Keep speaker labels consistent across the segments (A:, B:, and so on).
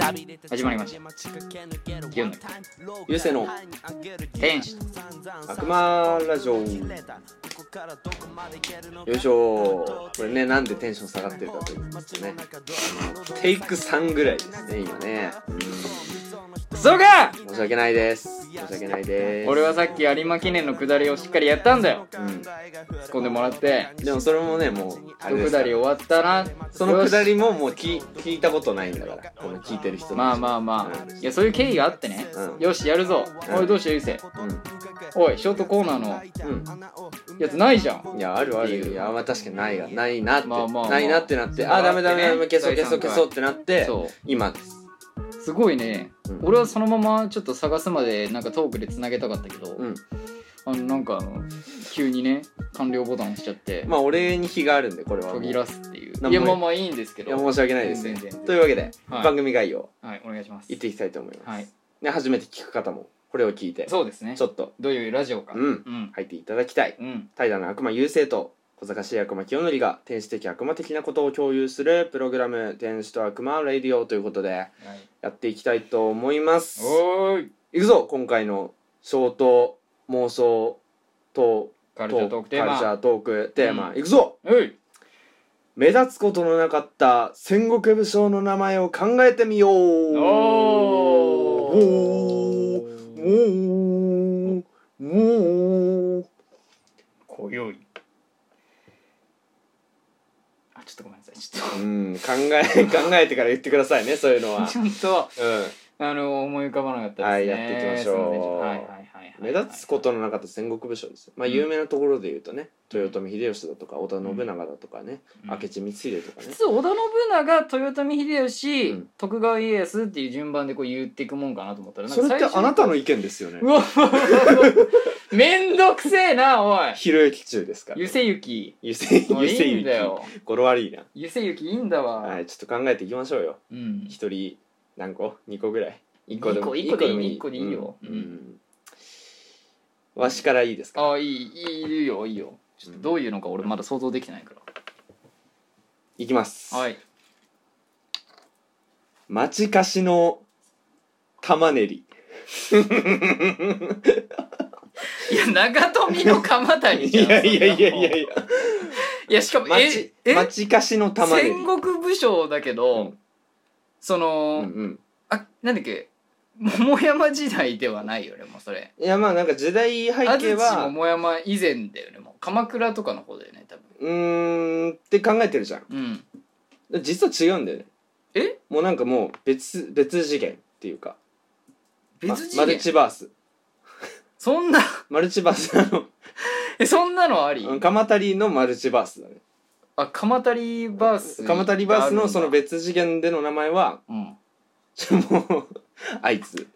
A: まりました清則
B: ゆうせの
A: 天使
B: 悪魔ラジオよいしょこれねなんでテンション下がってるかと言いますとねテイク3ぐらいですね今ね
A: そうか
B: うん申し訳ないです申し訳ないです
A: 俺はさっき有馬記念の下りをしっかりやったんだよ
B: うん
A: 突っ込んでもらって
B: でもそれもねもうあれ
A: 一
B: です
A: 下り終わったな
B: そのくだ
A: よし
B: りももう聞い聞いたことないんだからこの聞いてる人
A: まあまあまあいやそういう経緯があってね
B: うん
A: よしやるぞ
B: うん
A: おいどうしたゆうせい
B: あうん
A: おいショートコーナーのやつないじゃん
B: いやあるあ
A: って
B: る
A: いう
B: いやまあ確かにないがないなって、
A: まあまあまあ
B: ないなってなって
A: まあ
B: あダメダメ
A: あっ
B: ダ
A: てね
B: メ消そう消そう消そうってなって
A: そ
B: 今です
A: うすごいね
B: うん
A: 俺はそのままちょっと探すまでなんかトークでつなげたかったけど
B: うん
A: あのなんかあの急にね完了ボタン押しちゃって
B: まあ俺に非があるんでこれはも
A: 途
B: う
A: 切らすってい
B: な
A: う
B: んもない
A: いやまあまあいいんですけ
B: いや
A: ど
B: 申し訳ないですね
A: 全然全然
B: というわけで、
A: はい
B: 番組概要
A: はいお願いします
B: いっていきたいと思います、
A: はい
B: ね、初めて聞く方もこれを聞いて
A: そうですね
B: ちょっと
A: どういうラジオか
B: うん
A: うん
B: 入っていただきたい
A: うん
B: 怠惰な悪魔優勢と小賢しい悪魔清則が天使的悪魔的なことを共有するプログラム「天使と悪魔レディオ」ということで
A: はい
B: やっていきたいと思います
A: おーい
B: いくぞ今回の消灯妄想と
A: カルチャートークテー
B: カルチャ
A: マ
B: ートークテーマ、
A: うん
B: いくぞ
A: おい
B: 目立つことのなかった戦国武将の名前を考えてみよう
A: おー
B: おーおーおー
A: 今宵あちょっとごめんなさいちょっ
B: うん考え 考えてから言ってくださいねそういうのは
A: と ち、ょっと
B: う
A: あの思い浮かばなかったですね
B: はいやっていきましょう
A: すいませんちょっとはいはいはいはい
B: ん、目立つことのなかった戦国武将ですよまあ
A: うん
B: 有名なところで言うとね豊臣秀吉だとか織田信長だとかね、
A: うん
B: 明智光秀とか
A: 普
B: ね、
A: 通織田信長豊臣秀吉、
B: うん
A: 徳川家康っていう順番でこう言っていくもんかなと思ったらなん
B: そ
A: か
B: れって
A: 最初
B: あなたの意見ですよね
A: うわめんどくせえなお い
B: ひろゆき中ですから
A: ゆせゆき
B: ゆせ
A: もう
B: ゆせ
A: いい
B: ゆ
A: ん
B: き
A: だよ
B: 語呂悪いな
A: ゆせゆきいいんだわ、
B: はいちょっと考えていきましょうよ
A: うん
B: 一人何個二個ぐらい一個でも
A: 一個でいい
B: 一
A: 一個でいいよ
B: うん
A: うん
B: うんわしからいいですか
A: ああいいいいいいよいいよちょっとどういうのか俺まだ想像できてないか
B: いきます
A: らはい
B: 町貸しの玉ねり
A: いや長富の鎌谷
B: い
A: じゃん
B: やいやいや
A: そんなも
B: いや
A: んい
B: いや
A: やしかもえ
B: 町
A: え
B: 町貸しの玉ねり
A: 戦国武将だけど、
B: うん
A: その、
B: うんうん
A: あなんだっけ桃山時代ではないよねもうそれ
B: いやまあなんか時代背
A: 安
B: 景
A: 土
B: は
A: 桃山以前だよねもう鎌倉とかの方だよね多分
B: うーんって考えてるじゃん
A: うん
B: 実は違うんだよね
A: え
B: もうなんかもう別別次元っていうか
A: 別次
B: まマ
A: 元
B: ルチバース
A: そんな
B: マルチバースあの
A: えそんなのあり、
B: うん鎌足りのマルチバースだね
A: あ鎌足りバース
B: 鎌足りバースのその
A: 別
B: 別次元での名前は
A: うん
B: ちょもうあいつ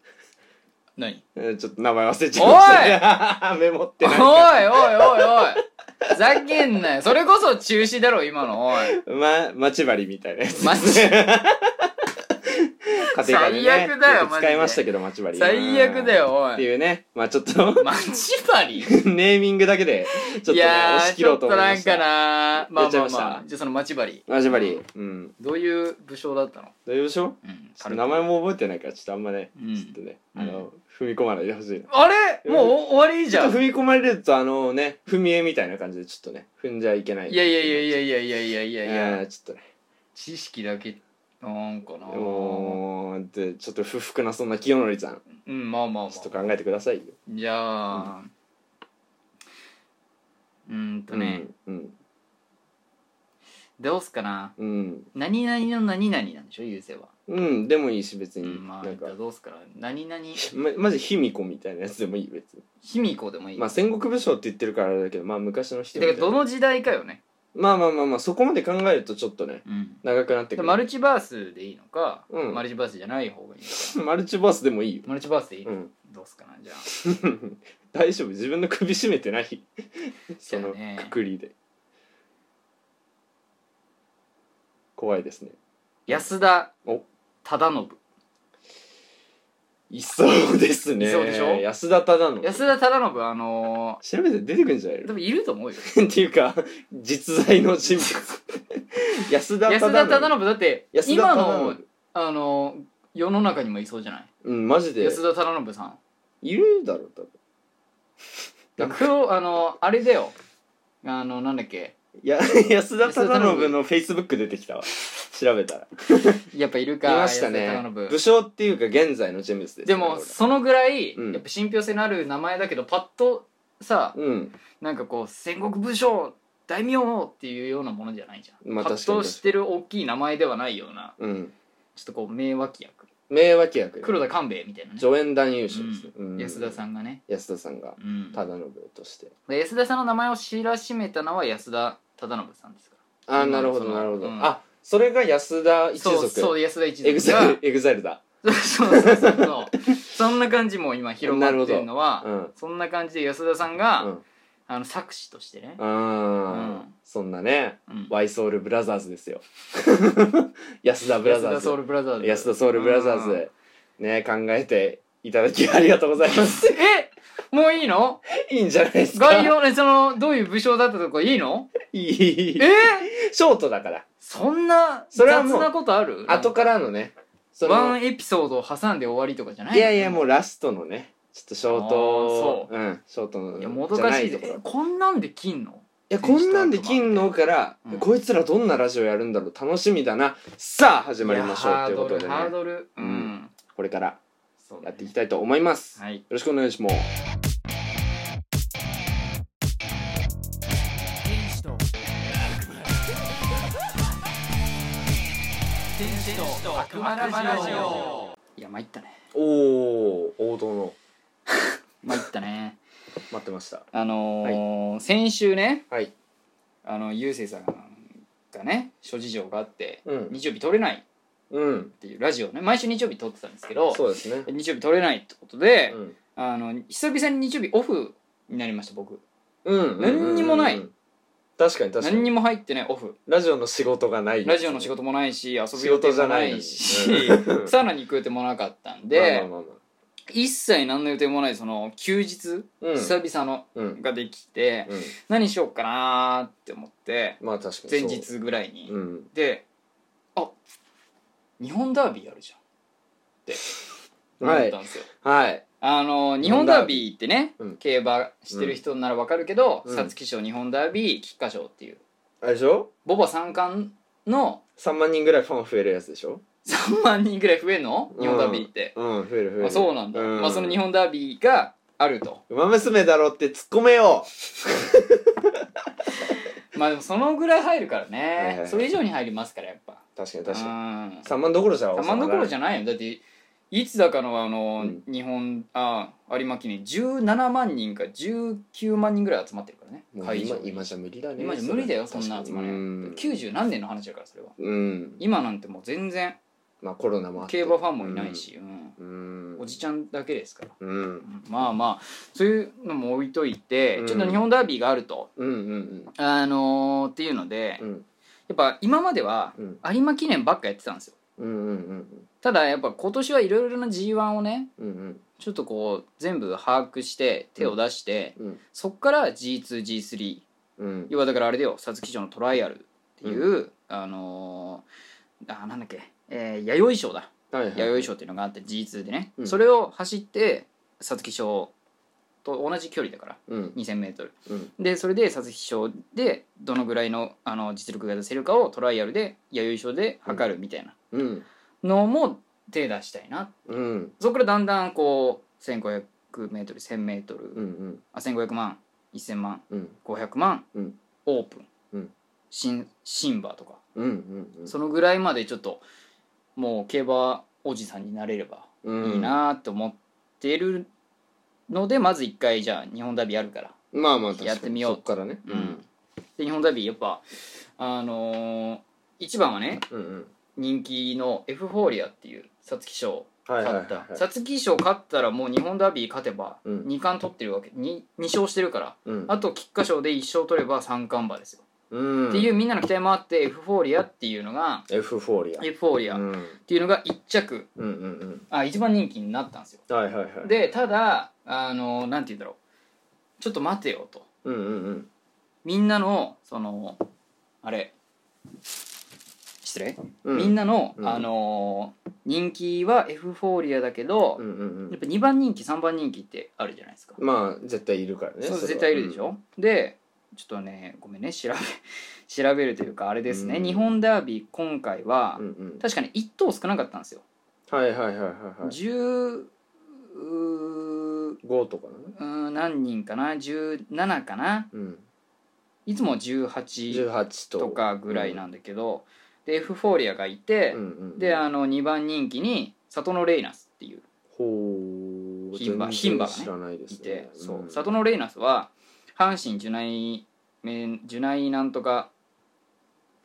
A: 何
B: えーちょっと名前忘れちゃいました、 ね、メモ
A: お
B: って
A: い
B: ない
A: おいおいおいふざけんなよそれこそ中止だろ今のおい
B: ま待ち針みたいなやつ
A: マジ
B: 家庭科でね
A: 最悪だよ
B: よく
A: マジで
B: 使いましたけど待ち針
A: 最悪だよ
B: うん
A: お
B: って
A: い
B: いうねまあちょっと
A: マジバリ
B: ネーミングだけでちょっと、
A: い
B: ね、
A: や
B: 押し
A: ー
B: 切
A: ちょ
B: ろう
A: っ
B: と
A: と
B: 思い
A: な
B: ま
A: ん
B: し
A: か
B: た
A: なま
B: や
A: あ
B: っちゃい
A: まあ
B: ました
A: まあじゃあその待ち針
B: 待ち針うん
A: どういう武将だったの
B: 大丈夫でしょ
A: うん
B: ちょっと名前も覚えてないからちょっとあんまね、
A: うん
B: ちょっとね
A: うん
B: あの、踏み込まないでほしいな
A: あれもう終わり
B: ち
A: じ
B: ょ
A: ゃ
B: っ
A: ん
B: と踏み込まれるとあのね踏み絵みたいな感じでちょっとね踏んじゃいけない
A: いやいやいやいやいやいやいやいやいや、
B: えーちょっとね
A: 知識だけなんかな
B: もうでちょっと不服なそんな清則さん
A: うんまあまあま
B: ちょっと
A: あ
B: 考えてくださいよ
A: じゃあうーんとね、
B: うん
A: どうすかな
B: うん
A: 何々の何々なんでしょ優勢は、
B: うん、うん、でもいいし別
A: う
B: に、
A: ん、まあ
B: なんか
A: じゃあどうすかな何々
B: ままじ卑弥呼みたいなやつでもいい別に
A: 卑弥呼でもいい、
B: まあ戦国武将って言ってるからあれだけどまあ昔の人
A: だ
B: み
A: か
B: た
A: ら
B: いな
A: どの時代かよね
B: まあまあまあまあそこまで考えるとちょっとね
A: うん
B: 長くなってくる
A: マルチバースでいいのか、
B: うん
A: マルチバースじゃない方がいいの か
B: マルチバースでもいいよ
A: マルチバースでいいの、
B: うん
A: どうすかなじゃあ
B: 大丈夫自分の首絞めてない そ
A: そう
B: の
A: だね
B: くくりで怖いですね
A: 安田
B: お
A: 忠信
B: いそうですね
A: いそうでしょ
B: 安田忠信
A: 安田忠信はあの
B: 調べて出てくるんじゃない
A: ー多
B: の
A: 分いると思うよ
B: っていうか実在の 人物安田
A: 安田
B: 忠
A: 忠
B: 信
A: 信だって
B: 安田
A: 今
B: 忠
A: の
B: 信
A: あの世の中にもいそうじゃない
B: うんマジで
A: 安田忠信さん
B: いるだろ多分なんか
A: 黒あのあれだよあのなんだっけ
B: や 安田
A: 安田
B: 忠
A: 忠
B: 信
A: 信
B: のフェイスブック出てきたわ調べたら
A: やっぱいる
B: い
A: か
B: ました
A: 安
B: ね
A: 田忠信
B: 武将っていうか現在の人物です
A: でも
B: こ
A: そのぐらい、
B: うん
A: やっぱ信憑性のある名前だけどパッとさ
B: れうん
A: なんかこう戦国武将大名っていうようなものじゃないじゃん、
B: まあ
A: パ
B: 確
A: ッ
B: かに
A: としてる大きい名前ではないような
B: うん
A: ちょっとこう名脇役
B: 名脇役
A: 黒田官兵衛みたいなね、
B: 助演男優賞ですね、
A: うん
B: うん
A: 安田さんがね、
B: 安田さんが
A: うん、
B: 忠信として
A: で安田さんの名前を知らしめたのは安田忠信さんですか
B: あー
A: うん
B: なるほど
A: その
B: なるほど、
A: うん
B: あそれが安田
A: ら
B: 一
A: そう
B: 族
A: そう安田一
B: エグ
A: 族
B: ザイ
A: が
B: ルエグザイルだ
A: そうそうそうそうそうそんな感じも今広まってるの は
B: うん
A: そんな感じで安田さんが、
B: うん
A: あの作詞としてね、
B: あー
A: うん
B: そんなね
A: うん
B: ワイソウルブラザーズですよ 安田ブラ
A: 安
B: ザー
A: 田
B: ズ
A: ソウルブラザーズ
B: 安田ソウルブラザーズ、ね考えていただきありがとうございます
A: うんえもういいの
B: いいんじゃないですか
A: 概要ねそのどういう武将だったとかいいの
B: いいいいいい
A: え
B: ショートだから
A: そんな
B: そ
A: 雑
B: れはもう
A: なことある
B: 後からのねその
A: ワンエピソードを挟んで終わりとかじゃない
B: いやいやも
A: う
B: うラストのねちょっとショートう、ん、ショートの
A: いやもどかしい
B: じゃ
A: で
B: なとこ
A: こ
B: ろ
A: んなんで切んの
B: いやこんなんで金のから、
A: うん
B: こいつらどんなラジオやるんだろう楽しみだなさあ始まりましょうということで
A: いやハー
B: ね
A: ドルハードルうん、
B: うんこれから
A: そうだね
B: やっていきたいと思います、よ
A: はい
B: ろしくお願いします
A: 悪魔ラジオいや参ったね
B: おお王道の
A: 参ったね
B: 待ってました
A: あのー先週ね
B: はい
A: あのゆうせいさんがね諸事情があって
B: うん
A: 日曜日撮れない
B: うん
A: っていうラジオをね毎週日曜日撮ってたんですけど
B: そうですね
A: 日曜日撮れないってことで、
B: うん
A: あの久々に日曜日オフになりました僕
B: うんうん
A: 何にもない
B: うん確かに確か
A: 何
B: に
A: にも入ってないオフ
B: ラジオの仕事がない
A: ラジオの仕事もないし遊び予定もない
B: 仕事
A: し
B: じゃないの にうん
A: サウナに行く予定もなかったん
B: まあ
A: で
B: まあまあ
A: 一切何の予定もないその休日
B: まあ
A: 久々の
B: うんうん
A: ができて
B: うん
A: 何しようかなーって思って
B: まあ確かに
A: 前
B: そう
A: 日ぐらいに
B: うん
A: であ日本ダービーあるじゃんって
B: は
A: 思っ
B: い
A: たんですよ
B: はい
A: あの日本ダービーってね、
B: うん
A: 競馬してる人ならわかるけど
B: うん
A: 皐月賞日本ダービー菊花賞っていう
B: あれでしょ
A: ボバ三冠の
B: 3万人ぐらいファン増えるやつでしょ
A: 3万人ぐらい増えんの日本ダービーって、
B: うん増える増える
A: まあ、そうなんだ、
B: うん
A: まあ、その日本ダービーがあると
B: 馬娘だろって突っ込めよ
A: まあでもそのぐらい入るからね、
B: はいはいはい
A: それ以上に入りますからやっぱ
B: 確かに
A: う
B: 確か
A: ん
B: に3万どころじゃ収ま
A: たま
B: ら
A: んどころじ
B: ゃ
A: ゃないよだっていつだかのあの、
B: うん
A: 日本あ有馬記念17万人か19万人ぐらい集まってるからね
B: もう
A: 会
B: 今
A: 場に
B: 今じゃ無理だね
A: 今じゃ無理だよそんな集
B: 確
A: ま
B: か
A: り
B: にうん
A: 90何年の話だからそれは
B: うん
A: 今なんてもう全然
B: まあコロナもあって
A: 競馬ファンもいないし、うん
B: うん
A: おじちゃんだけですから
B: うんうん
A: まあまあそういうのも置いといて、
B: うん
A: ちょっと日本ダービーがあると、
B: うんうん
A: あのーっていうので、
B: うんうん
A: やっぱ今までは
B: うん
A: 有馬記念ばっかやってたんですよ
B: うんうん
A: ただやっぱ今年はいろいろな g 1をね
B: うんうん
A: ちょっとこう全部把握して手を出して、
B: うん
A: そっから G2G3
B: うん
A: 要はだからあれだよ皐月賞のトライアルっていう、あのーあなんだっけ、えー、弥生賞だ
B: はいはい
A: 弥生賞っていうのがあって G2 でね、
B: うん
A: それを走って皐月賞と同じ距離だから
B: うん
A: 2000m
B: うん
A: でそれで皐月賞でどのぐらいのあの実力が出せるかをトライアルで弥生賞で測るみたいな
B: うん
A: のも手出したいな
B: うん
A: そこからだんだんこう 1500m1000m、
B: うんうん
A: あ1500万1000万
B: うん
A: 500万、
B: うん
A: オープン、
B: うん
A: シンシンバとか、
B: うんうんうん
A: そのぐらいまでちょっともう競馬おじさんになれれば
B: うん
A: いいなと思ってるので、まず一回じゃあ日本ダービーあるから
B: まあまあ確かに
A: やってみよう
B: そっからね
A: うんで日本ダービーやっぱあのー一番はね
B: うんうん
A: 人気のエフフォーリアっていう皐月賞
B: はいはいは
A: 勝っ
B: いは
A: た
B: い
A: 皐月賞勝ったらもう日本ダービー勝てば
B: うん
A: 2冠取ってるわけ 2, 2勝してるから
B: うん
A: あと菊花賞で1勝取れば3冠馬ですよ、
B: うん
A: っていうみんなの期待もあってエフフォーリアっていうのが
B: エフフォーリア
A: エフフォーリア
B: う
A: っ
B: ん
A: ていうのが1着
B: うんうん
A: あ一番人気になったんですよ
B: うんはいはいはい
A: でただあのなんて言うんだろうちょっと待てよと
B: うんうんうん
A: みんなのそのあれ失礼、
B: う
A: みんなの、
B: うん
A: あのー人気はエフフォーリアだけど、
B: うんうん
A: やっぱ2番人気3番人気ってあるじゃないですか、
B: うんまあ絶対いるからね
A: そう
B: れは
A: 絶対いるでしょ、でちょっとねごめんね調べ 調べるというかあれですね、
B: うん
A: 日本ダービー今回は、
B: うんうん
A: 確かに1頭少なかったんですよ、
B: はいはいはいはいはい
A: 10うー
B: 5とかなの
A: うん何人かな17かな
B: うん
A: いつも18
B: 18と
A: とかぐらいなんだけど、でエフフォーリアがいて、
B: うんうん
A: であの2番人気に里のレイナスっていう
B: ほう
A: 牝馬牝馬
B: 全然
A: がね
B: 知らないです
A: い
B: ね
A: て、そう
B: うん
A: 里のレイナスは阪神ジュナイメンジュナイなんとか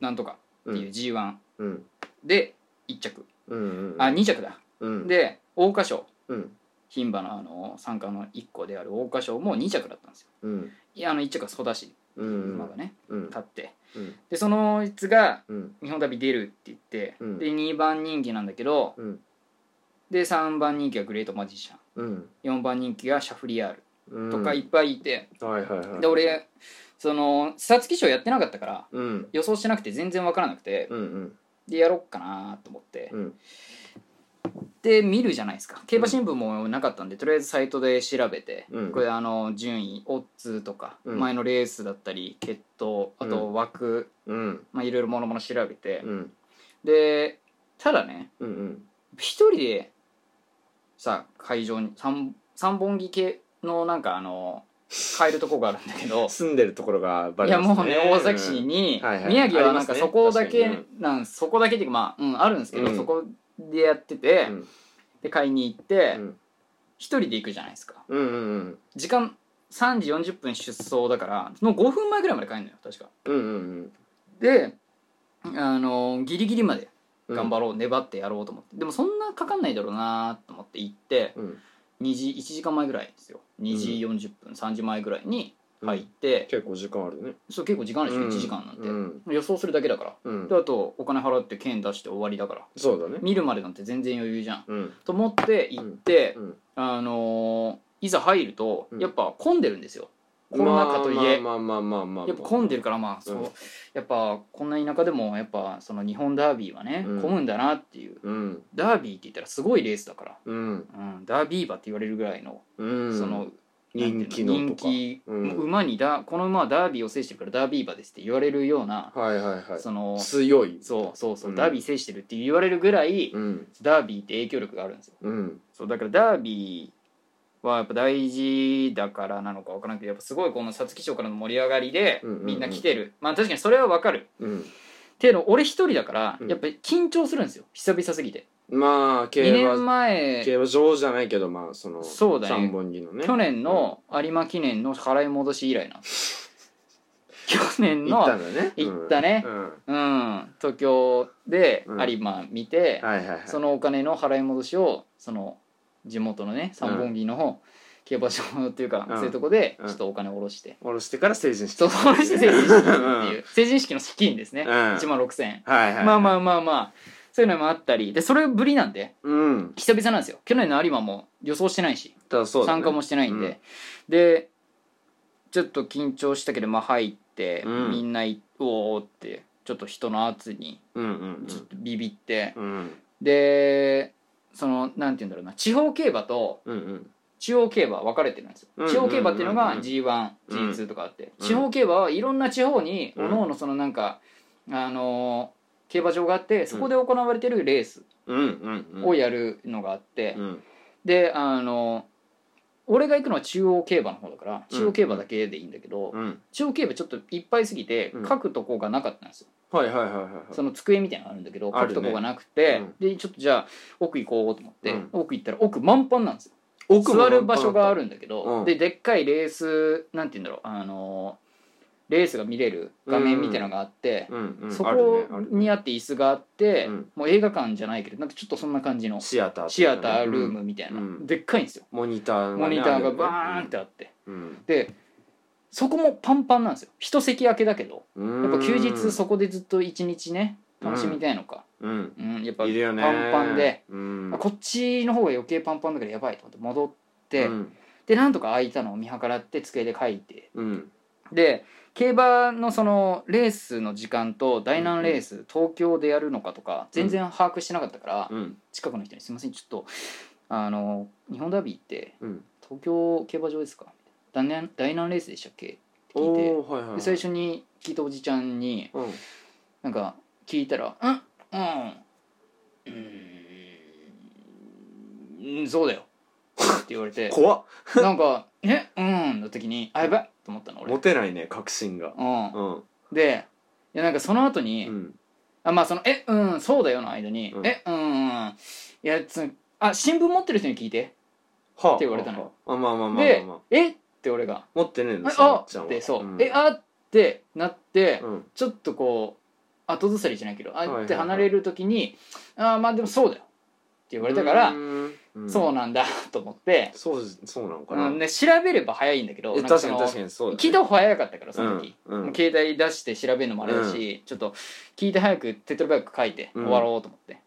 A: なんとかっていう G1
B: うん
A: で1着、
B: うんうんうん
A: あ2着だ、
B: うん
A: で桜花賞
B: うん
A: 牝馬のあの参加の1個である桜花賞も2着だったんですよ
B: うん
A: いやあの1着はソダシ
B: うんうん
A: 馬がね
B: うん
A: 勝って
B: うん
A: でそのいつが
B: うん
A: 日本旅出るって言って、
B: うん
A: で2番人気なんだけど
B: うん
A: で3番人気はグレートマジシャン
B: うん
A: 4番人気がシャフリヤール
B: うん
A: とかいっぱいいて、
B: はいはいはい
A: で俺その皐月賞やってなかったから
B: うん
A: 予想してなくて全然分からなくて
B: うんうん
A: でやろっかなと思って
B: うん
A: で見るじゃないですか競馬新聞もなかったんでとりあえずサイトで調べて、
B: うん
A: これあの順位オッズとか、
B: うん
A: 前のレースだったり決闘あ
B: う
A: と枠、
B: うん
A: まあいろいろもろもろ調べて、
B: うん
A: でただね
B: うんうん
A: 一人でさ会場に三三本木系のなんかあの買えるとこがあるんだけ ど
B: 住んでるところがバ
A: い
B: レ
A: や
B: ま
A: も
B: すね
A: うね大崎市に、
B: はいはい
A: 宮城はなん
B: あ
A: か
B: りますね
A: そこだけ、
B: 確かに
A: なんそこだけっていうかまあ、うん、あるんですけど、
B: うん
A: そこでやってて、
B: うん
A: で買いに行って
B: うん
A: 一、人で行くじゃないですか
B: うんうんうん
A: 時間3時40分出走だからその5分前ぐらいまで帰るのよ確か
B: うんうん
A: であのギリギリまで
B: うん
A: 頑張ろう、粘ってやろうと思ってでもそんなかかんないだろうなと思って行って
B: うん
A: 2時1時間前ぐらいですよ2時40分、3時前ぐらいに入って、
B: 結構時間あるね
A: そう結構時間あるでしょ、
B: うん
A: 1時間なんて、
B: うん
A: 予想するだけだから
B: うん
A: であとお金払って券出して終わりだから
B: そうだね
A: 見るまでなんて全然余裕じゃん
B: うん
A: と思って行って、
B: うん
A: あのーいざ入ると
B: うん
A: やっぱ混んでるんですよ、コロナ禍といえ
B: まあまあまあまあまあまあ
A: やっぱ混んでるからまあそう、
B: うん
A: やっぱこんな田舎でもやっぱその日本ダービーはね、
B: うん
A: 混むんだなっていう
B: うん
A: ダービーって言ったらすごいレースだから、
B: うん
A: うん、ダービー馬って言われるぐらいの、
B: うん
A: その
B: 人気の
A: 人
B: とか
A: 気、
B: うん
A: 馬にだこの馬はダービーを制してるからダービー馬ですって言われるような、
B: はいはいはい
A: その
B: 強い
A: そうそうそう、
B: うん
A: ダービー制してるって言われるぐらい、
B: うん
A: ダービーって影響力があるんですよ
B: うん
A: そうだからダービーはやっぱ大事だからなのか分からんけどやっぱすごいこの皐月賞からの盛り上がりで
B: うんうんうん
A: みんな来てる、まあ確かにそれは分かる
B: うん
A: けど俺一人だから
B: うん
A: やっぱり緊張するんですよ久々すぎて
B: まあ競
A: 2
B: 馬
A: 年前
B: 競馬場じゃないけどまあその
A: そうだね
B: 三本木のね
A: 去年の有馬記念の払い戻し以来なの 去年
B: 行った
A: の
B: んだね
A: 行ったね
B: うんうん
A: うん東京で
B: うん
A: 有馬見て、
B: はいはいはい
A: そのお金の払い戻しをその地元のね三本木の競馬場っていうか、
B: うん
A: そういうとこで
B: うん
A: ちょっとお金を下ろして、
B: 下ろしてから成人式
A: そう下ろして成人式っていうう成人式の資金ですね、
B: ん
A: 1万6000円、
B: はいはい
A: まあまあまあまあそういうのもあったりでそれぶりなんで
B: うん
A: 久々なんですよ去年の有馬も予想してないし、
B: ただそうだね
A: 参加もしてないんで、でちょっと緊張したけどまあ入って、
B: うん
A: みんないうおーってちょっと人の圧に
B: うんうん
A: ちょっとビビって、
B: うんうん
A: でそのなんて言うんだろうな地方競馬と
B: うんうん
A: 中央競馬は分かれてるんです
B: うん
A: よ地方競馬っていうの
B: うん
A: が
B: うん
A: G1G2 とかあって、
B: うん
A: 地方競馬はいろんな地方に
B: う
A: お
B: ん
A: のおのそのなんか、あのー競馬場があってそこで行われてるレース
B: うんうんうん
A: をやるのがあって、
B: うん
A: であのー俺が行くのは中央競馬の方だから
B: うん
A: 中央競馬だけでいいんだけど、
B: うん
A: 中央競馬ちょっといっぱいすぎて
B: うん
A: 書くとこがなかったんですよ、
B: はいはいはいはいはい
A: その机みたいなのがあるんだけど
B: あ
A: 書
B: るね
A: くとこがなくて、
B: うん
A: でちょっとじゃあ奥行こうと思って、
B: うん
A: 奥行ったら奥満帆なんですよ
B: 奥も
A: 座る場所があ
B: る
A: るんだけど、
B: うん
A: ででっかいレースなんて言うんだろうあのーレースが見れる画面みたいなのがあって、
B: うんうん
A: そ
B: あるね
A: こ
B: あるね
A: にあって椅子があって、
B: うん
A: もう映画館じゃないけどなんかちょっとそんな感じの
B: シアターとかね
A: シアタールームみたいな、
B: うん
A: でっかいんですよ
B: モニターがね
A: モニターがバーンってあって、
B: うん
A: でそこもパンパンなんですよ一席空けだけど
B: うん
A: やっぱ休日そこでずっと一日ね楽しみたいのか、
B: うん
A: うんやっぱ
B: いるよね
A: パンパンで、
B: うん
A: あこっちの方が余計パンパンだからやばいと思って戻って、
B: うん
A: でなんとか空いたのを見計らって机で書いて
B: うん
A: で競馬のそのレースの時間と第何レース、東京でやるのかとか全然把握してなかったから、
B: うん
A: 近くの人に「すいませんちょっとあの日本ダービーって
B: うん
A: 東京競馬場ですか?」第何第何レースでしたっけ?」って聞いて
B: おーはいはいはい
A: で最初に聞いたおじちゃんに
B: うん
A: なんか聞いたら「うんうんうーんうんそうだよ」って言われて
B: 怖っ
A: なんか「えうん」の時に「あやばい!」と思ったの俺
B: 持。てないね確信が
A: う
B: うん
A: ん、でいやなんかその後に、
B: うん
A: あまあその「えうんそうだよ」の間に「
B: うん
A: えうんうんいやつあ新聞持ってる人に聞いて
B: はあ
A: って言われたのよ
B: はああまあまあ」まあま
A: で
B: あまあ
A: 「えっ?」て俺が
B: 持ってね
A: 「
B: えの
A: あ
B: その
A: あ
B: おっちゃん
A: っ
B: は
A: てそう「
B: ん
A: えあっ?」てなって、
B: うん
A: ちょっとこう後ずさりじゃないけどあ
B: いはいはい
A: って離れる時に「ああまあでもそうだよ」って言われたから、そう
B: な
A: なんだと思って、
B: そうそうなのか
A: う
B: な、
A: んね、調べれば早いんだけどな
B: え
A: んか
B: 確
A: そ
B: か
A: の
B: に確かにそうだね
A: 聞いた方が早かったからその時、
B: うんうん
A: もう携帯出して調べるのもあれだし、ちょっと聞いて早くテトラバック書いて
B: う
A: 終
B: ん
A: わろうと思って、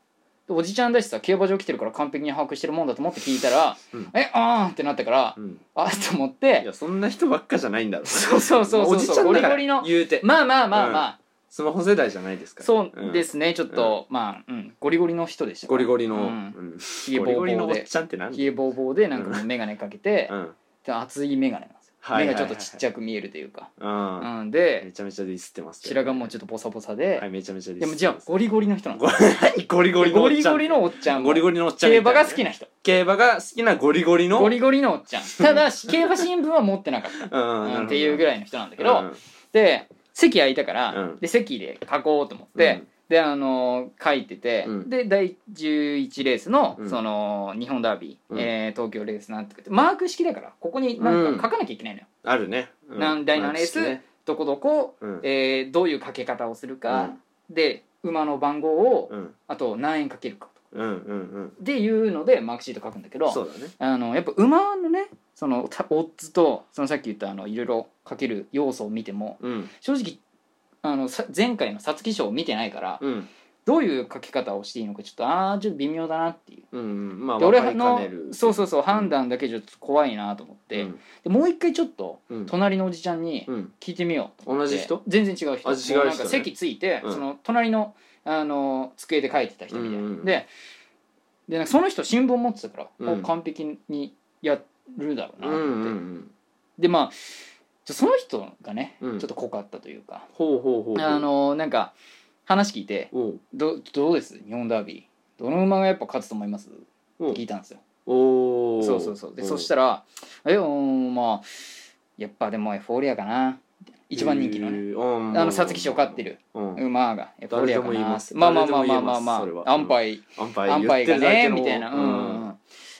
A: でおじちゃんだしさ競馬場来てるから完璧に把握してるもんだと思って聞いたら「
B: うん
A: えあーん」ってなったから「
B: うん
A: あーと思っ
B: い
A: て
B: やそんな人ばっかじゃないんだろ
A: そうそうそうそう
B: おじちゃんだか
A: ゴ
B: ら
A: リゴリの
B: 言うて
A: まあまあまあまあ、
B: スマホ世代じゃないですから、
A: そうですすねちょっと、まあ、うん、ゴリゴリの人でした
B: ゴリゴリの、
A: う
B: うんん
A: ひげ
B: ゴ
A: ぼ
B: リ
A: うぼ
B: ゴリの
A: う
B: おっ
A: で
B: ちゃんってなんだ
A: ひげぼうぼうでなんかもう眼鏡かけて、
B: うん
A: で厚い眼鏡なんですよ、
B: はいはいはいは
A: 目が
B: い
A: ちょっとちっちゃく見えるというか、
B: うん
A: うん、
B: め
A: で
B: ちゃめちゃディスってますけど
A: 白髪もちょっとボサボサで、
B: はいめちゃめちゃディ
A: で
B: ス
A: も
B: って
A: じゃあ
B: ます
A: ゴリゴリの人なんですよ
B: 何ゴリゴリのお
A: ゴ
B: っ
A: リ
B: ちゃん
A: ゴリのおっちゃん
B: ゴリゴ
A: リ
B: リのおっちゃん
A: 競
B: みた
A: 馬が
B: いなね
A: 好きな人
B: 競馬が好きなゴリゴリの
A: ゴリゴリのおっちゃんただし競馬新聞は持ってなか った
B: うんうんなる
A: うん
B: ほど
A: っていうぐらいの人なんだけど、
B: うん
A: で席空いたから、
B: うん
A: で席で書こうと思って、であのー書いてて、
B: うん
A: で第11レースの,、
B: うん
A: その日本ダービー、
B: うん
A: えー東京レースなんて書いてマーク式だからここになんか書かなきゃいけないのよ、
B: あるねうん
A: なん第7レース、
B: ね
A: どこどこ、
B: うん
A: えーどういうかけ方をするか、で馬の番号を、
B: うん
A: あと何円かけるかとか
B: うんうん
A: っていうのでマークシート書くんだけ
B: う
A: ど
B: んそうだね
A: あのやっぱ馬のねそのたオッズとそのさっき言ったあのいろいろかける要素を見ても
B: うん
A: 正直あのさ前回の皐月賞を見てないから
B: うん
A: どういう書き方をしていいのかちょっとああちょっと微妙だなっていう。
B: うんうんまあ
A: で俺
B: 分かりかね
A: の
B: る
A: そうそうそう判断だけちょっと怖いなと思って、
B: うん
A: でもう一回ちょっと
B: うん
A: 隣のおじちゃんに
B: うん
A: 聞いてみようと思って
B: 同じ人
A: 全然違う人
B: あ違う人ね
A: もなんか席ついて、
B: うん
A: その隣のあの机で書いてた人みたいな、
B: うんうんうん
A: ででなんかその人新聞持ってたから、
B: うん
A: もう完璧にやるだろうなんと思って、
B: ううん
A: でまあちょその人がね、
B: うん
A: ちょっと濃かったというか、
B: ほうほうほうほう
A: あのなんか話聞いて
B: おう
A: 「どどうです日本ダービーどの馬がやっぱ勝つと思います?」
B: おう
A: 聞いたんですよ。
B: お
A: そうそうそうでそした
B: ら
A: ら「えうんまあやっぱでもエフフォーリアかな」一番人気のね
B: ね
A: あの皐月賞勝ってる
B: うん
A: 馬がエフフォーリアか
B: 誰でも言い
A: な
B: ます
A: まあまあまあまあまあま
B: 誰でも言えますそれ
A: あ
B: は
A: 安牌
B: 安牌
A: 安
B: 言っ
A: 牌
B: て
A: が
B: るだけ
A: ね
B: の
A: みたいなうんうんうん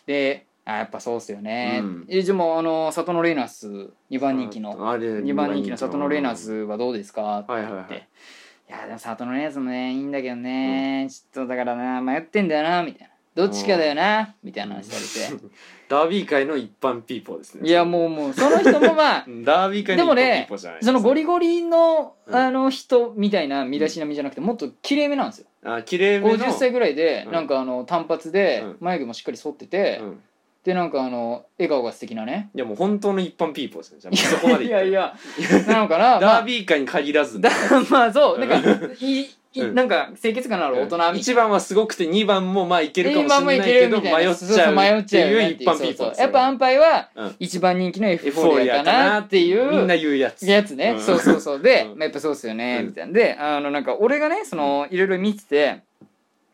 A: であやっぱそうっすよね
B: うん
A: えじゃあもうあの里のレイナス2番人気の
B: あれ
A: 2番人気の里のレイナスはどうですか?」って
B: はい
A: 言
B: はいはい
A: って「いやでも里のレイナスもねいいんだけどねちょっとだからな迷ってんだよな」みたいな「どっちかだよな」みたいな話され て
B: ダービー界の一般ピーポーですね
A: いやもうもうその人もまあ
B: うんダービー界の
A: でもね
B: 一般ピーポーじゃない
A: そのゴリゴリの
B: うん
A: あの人みたいな身だしなみじゃなくてもっときれいめなんですよ
B: あ綺麗めの
A: 50歳ぐらいで
B: うん
A: なんかあの短髪で
B: うん
A: 眉毛もしっかり剃ってて
B: うん
A: でなんかあの笑顔が素敵なね
B: いやもう本当の一般ピーポーですねじゃあもうそこまで
A: い
B: 言っ
A: や
B: て
A: いやなのかなま
B: ダ
A: あ
B: ービー界に限らず
A: だ まあそうなん
B: う
A: かいいい
B: うん
A: なんか清潔感のある大人みたいな
B: 1番はすごくて2番もまあいけるかもしれないけ
A: 今
B: ど
A: もいけ
B: 迷
A: るみたいな
B: っちゃ
A: そうそう迷
B: う
A: っ
B: っ
A: ち
B: て
A: ゃうよ
B: い
A: ね
B: う
A: ってい
B: 一
A: う
B: 般ピー
A: そ
B: ポ
A: うそ
B: ーで
A: う
B: す
A: やっぱ
B: よ
A: 安
B: ね
A: 牌は
B: うん
A: 一番人気のエフ
B: エ
A: フ
B: フ
A: ォ
B: ォ
A: ー
B: ー
A: リ
B: リ
A: ア
B: ア
A: か
B: か
A: な
B: な
A: っ
B: ってて
A: い
B: いう
A: う
B: みんな言うやつ
A: やつね、
B: うん
A: そうそうそうで、
B: うん
A: まあ、やっぱそうっすよね、
B: うん
A: みたいなであのなんか俺がねそのいろいろ見てて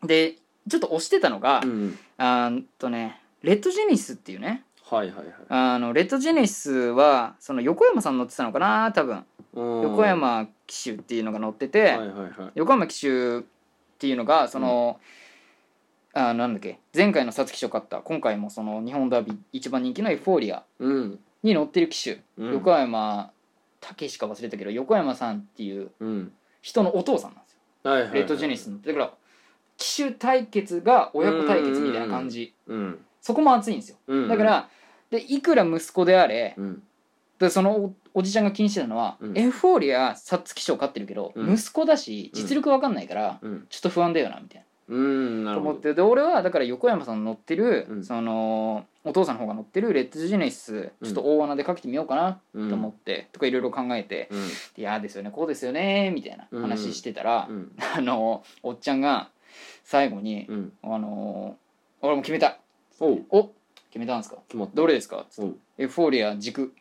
A: でちょっと押してたのが、
B: うん
A: あーんとねレッドジェネシスっていうね
B: はいはいはい
A: あのレッドジェネシスはその横山さん乗ってたのかな多分横
B: 横
A: 山騎手っていうのが乗って
B: は
A: て、
B: いはいはい
A: 横山騎手っていうのがその、あーなんだっけ前回の皐月賞勝った今回もその日本ダービー一番人気のエフフォーリア
B: うん
A: に乗ってる騎手、
B: うん
A: 横山武しか忘れたけど横山さんっていう
B: うん
A: 人のお父さんなんですよ、
B: はいはいはい
A: レッドジェネシスのだから騎手対決が親子対決みたいな感じ、
B: うん
A: そこも熱いんですよ
B: うん
A: だから、でいくら息子であれ、
B: うん
A: でそのおおじちゃんが気にしてたのは、
B: うん
A: エフフォーリア皐月賞勝ってるけど、
B: うん
A: 息子だし実力わかんないから、
B: うん
A: ちょっと不安だよなみたい
B: うんな
A: と
B: る
A: 思
B: ほ
A: っ
B: ど
A: てで俺はだから横山さんの乗ってる、
B: うん
A: そのお父さんの方が乗ってるレッドジェネシス
B: う
A: ち
B: ん
A: ょっと大穴でかけてみようかな
B: うん
A: と思って、とかいろいろ考えて
B: うん
A: 「いやですよねこうですよね」みたいな話してたら、
B: うん
A: あのおっちゃんが最後に
B: うん
A: 「あの俺も決めた
B: おう
A: お決めたんですか
B: 決まった
A: どれですか?」
B: おう
A: エフフォーリア軸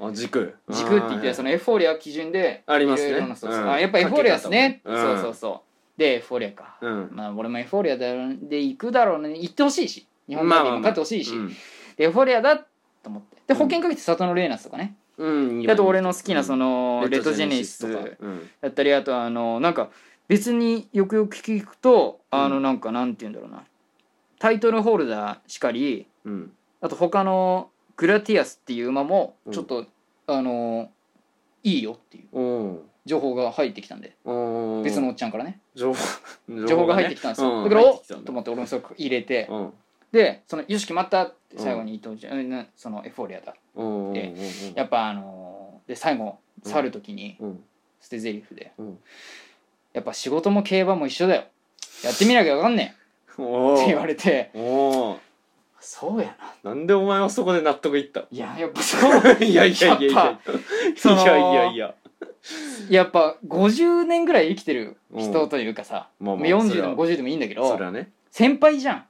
B: あ軸
A: 軸って言ってそのエフフォーリア基準で
B: ありますね
A: いろいろなそうそう
B: うん
A: あやっぱエフフォーリアですね、
B: かけ方
A: そ
B: もねう
A: うんそうそうでエフフォーリアか、
B: うん
A: まあ俺もエフフォーリアだろうで行くだろうね行ってほしいし日本ダービーも勝ってほしいし、
B: うん
A: でエフフォーリアだと思ってで
B: うん
A: 保険かけてサトノレーナスとかね、
B: うん
A: あと俺の好きなそ
B: の
A: のレッドジェネシス
B: とか
A: だ
B: うん
A: ったりあとあのなんか別によくよく聞くとあ
B: う
A: の
B: ん
A: なんかなんて言うんだろうなタイトルホルダーしかり
B: うん
A: あと他のグラティアスっていう馬も
B: うん
A: ちょっと、あのいいよっていう
B: おう
A: 情報が入ってきたんで
B: おう
A: 別のおっちゃんからね
B: 情報
A: 情報が
B: ね
A: 入ってきたんですよ、だ
B: う
A: から
B: 入
A: お
B: ってきたん
A: っ
B: だ
A: と思って俺もそこ入れて、
B: うん
A: でその「よし決まった」って最後に伊藤ちゃん、うんなそのエフフォーリアだ
B: うん
A: でやっぱあのーで最後去る時に
B: うん
A: 捨て台詞で、
B: うん
A: やっぱ仕事も競馬も一緒だよやってみなきゃ分かんねえ」
B: お
A: って言わ
B: ー
A: れて
B: おー
A: そうやな
B: なんでお前はそこで納得いった
A: いややっぱそう
B: いやいやいやいやい
A: やっ
B: や
A: その
B: いやいやいや
A: やっぱ50年ぐらい生きてる人というかさ、
B: うんまあまあそ
A: 40
B: り
A: で
B: ゃ
A: も50でもいいんだけ
B: そ
A: ど
B: りゃね
A: 先輩じゃん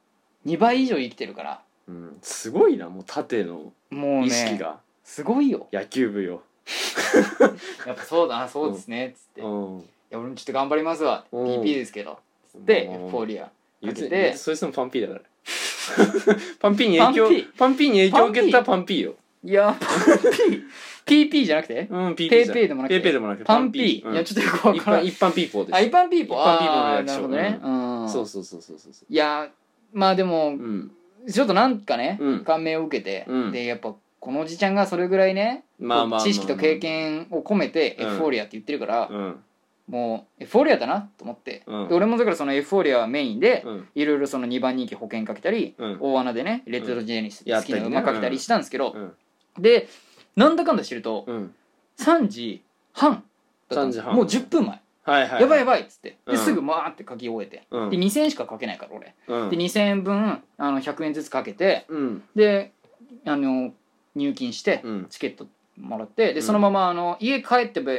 A: 2倍以上生きてるから
B: うんすごいなもう縦の
A: もう
B: 意識
A: ね
B: が
A: すごいよ
B: 野球部よ
A: やっぱそうだなそうですねっつって「
B: う
A: い
B: ん
A: や俺もちょっと頑張りますわ」
B: うん
A: PP ですけど」つって
B: うん
A: エフフォーリア
B: 言
A: か
B: っ
A: け
B: て
A: て
B: そいつもパンピーだから パンピーに影響
A: パンピ
B: パンピーに影響を受けたパンピーよ
A: いや PP じゃなくて
B: うんピー
A: ペーペーでもなくて
B: ペーペーでもなくて
A: パンピー
B: うん
A: いやちょっとよくわ
B: 一
A: から
B: 般
A: ん
B: 一般ピーポーで
A: あ
B: す
A: 一般ピーポー
B: 一般ピーポーの
A: あー
B: 略
A: なる
B: 称
A: ほどねうん
B: そうそうそうそうそうそ
A: いやまあでも
B: ううん
A: ちょっとなんかね
B: うん
A: 感銘を受けて
B: うん
A: でやっぱこのおじちゃんがそれぐらいね
B: まあまあ
A: 知識と経験を込めてエ
B: うん
A: フフォーリアって言ってるから、
B: うん
A: もうエフフォーリアだなと思って、
B: うん
A: で俺もだからそのエフフォーリアはメインで、
B: うん
A: いろいろその2番人気保険かけたり、
B: うん
A: 大穴でねレッドジェニス
B: うん
A: 好きな馬かけたりしたんですけど、
B: うん
A: でなんだかんだしてると
B: うん
A: 3時半だったの
B: 3時半
A: もう10分前、
B: はいはい
A: やばいやばいっつって
B: う
A: で
B: ん
A: すぐまーって書き終えて、
B: うん
A: で2000円しか書けないから俺、
B: うん
A: で2000円分あの100円ずつかけて
B: うん
A: であの入金して、
B: うん
A: チケットもらってで
B: うん
A: そのままあの家帰ってば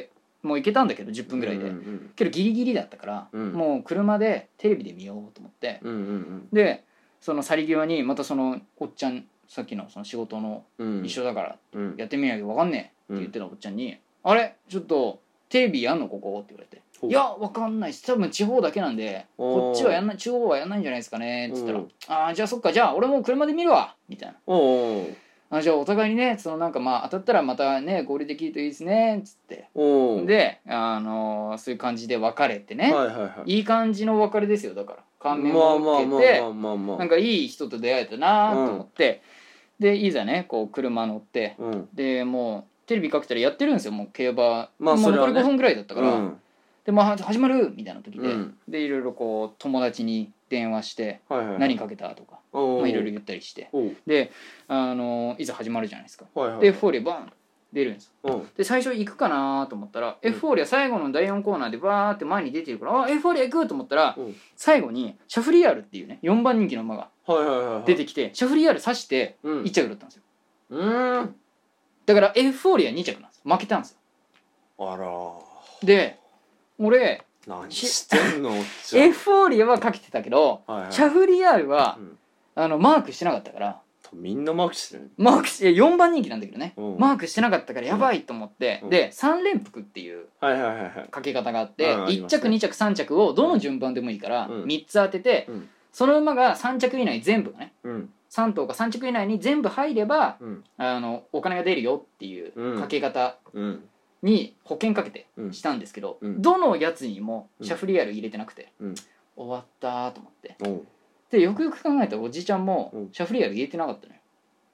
A: もう行けたんだけど10分ぐらいで、
B: うんうん
A: けどギリギリだったから、
B: うん
A: もう車でテレビで見ようと思って、
B: うんうん
A: でその去り際にまたそのおっちゃんさっきのその仕事の
B: うんうん
A: 一緒だから
B: うん
A: やってみなきゃ分かんねえ
B: う
A: っ
B: ん
A: て言ってたおっちゃんに「あれちょっとテレビやんのここ?」って言われて「
B: ほう
A: いや分かんないです多分地方だけなんでこっちはやんない地方はやんないんじゃないですかね」って言ったら
B: う
A: 「
B: ん
A: ああじゃあそっかじゃあ俺もう車で見るわ」みたいな。
B: おう
A: あじゃあお互いにねそのなんかまあ当たったらまたね合流できるといいですねっつって
B: おうおう
A: で、あのーそういう感じで別れてね、
B: はいはいはい
A: い、い感じの別れですよだから感銘
B: まあ
A: を
B: まあ
A: 受
B: ま
A: けて
B: あまあまあま
A: な
B: あ
A: んかいい人と出会えたなと思って、でいざねこう車乗って
B: うん
A: でもうテレビかけたらやってるんですよもう競馬、
B: まあそれは
A: もう残り
B: ね
A: 5分ぐらいだったから、
B: うん
A: でまあ始まるみたいな時で、
B: うん
A: でいろいろこう友達に電話して
B: はいはい
A: 何かけたとか、
B: おう
A: まあ、いろいろ言ったりして
B: おう
A: であのいざ始まるじゃないですか
B: はいはい
A: でフォーリアバン出るんですよ
B: うん
A: で最初行くかなと思ったら、
B: うん
A: エフフォーリア最後の第4コーナーでバーって前に出てるからあエフフォーリア行くと思ったら
B: うん
A: 最後にシャフリヤールっていうね4番人気の馬が
B: はいはいはいはい
A: 出てきてシャフリヤール刺して
B: うん
A: 1着だったんですよ
B: うーん
A: だからエフフォーリア2着なんですよ負けたんですよ
B: あらー
A: で俺
B: 何してんのおっちゃん
A: エフフォーリアはかけてたけど
B: はいはい
A: シャフリヤールは
B: うん
A: あのマークしてなかったから
B: みんなマークしてる
A: マークしいや4番人気なんだけどね
B: うん
A: マークしてなかったからやばいと思って、
B: うん
A: で3連複っていう
B: はいはいはいはい
A: かけ方があって、
B: うんあり
A: 1
B: ますね
A: 着2着3着をどの順番でもいいから
B: うん
A: 3つ当てて、
B: うん
A: その馬が3着以内全部がね
B: うん
A: 3頭か3着以内に全部入れば
B: うん
A: あのお金が出るよっていうかけ方
B: うん
A: に保険かけて
B: うん
A: したんですけど、
B: うん
A: どのやつにも
B: うん
A: シャフリヤール入れてなくて、
B: うん
A: 終わったーと思って
B: おう
A: でよくよく考えたらおじいちゃんも
B: うん
A: シャフリヤール入れてなかったのよ、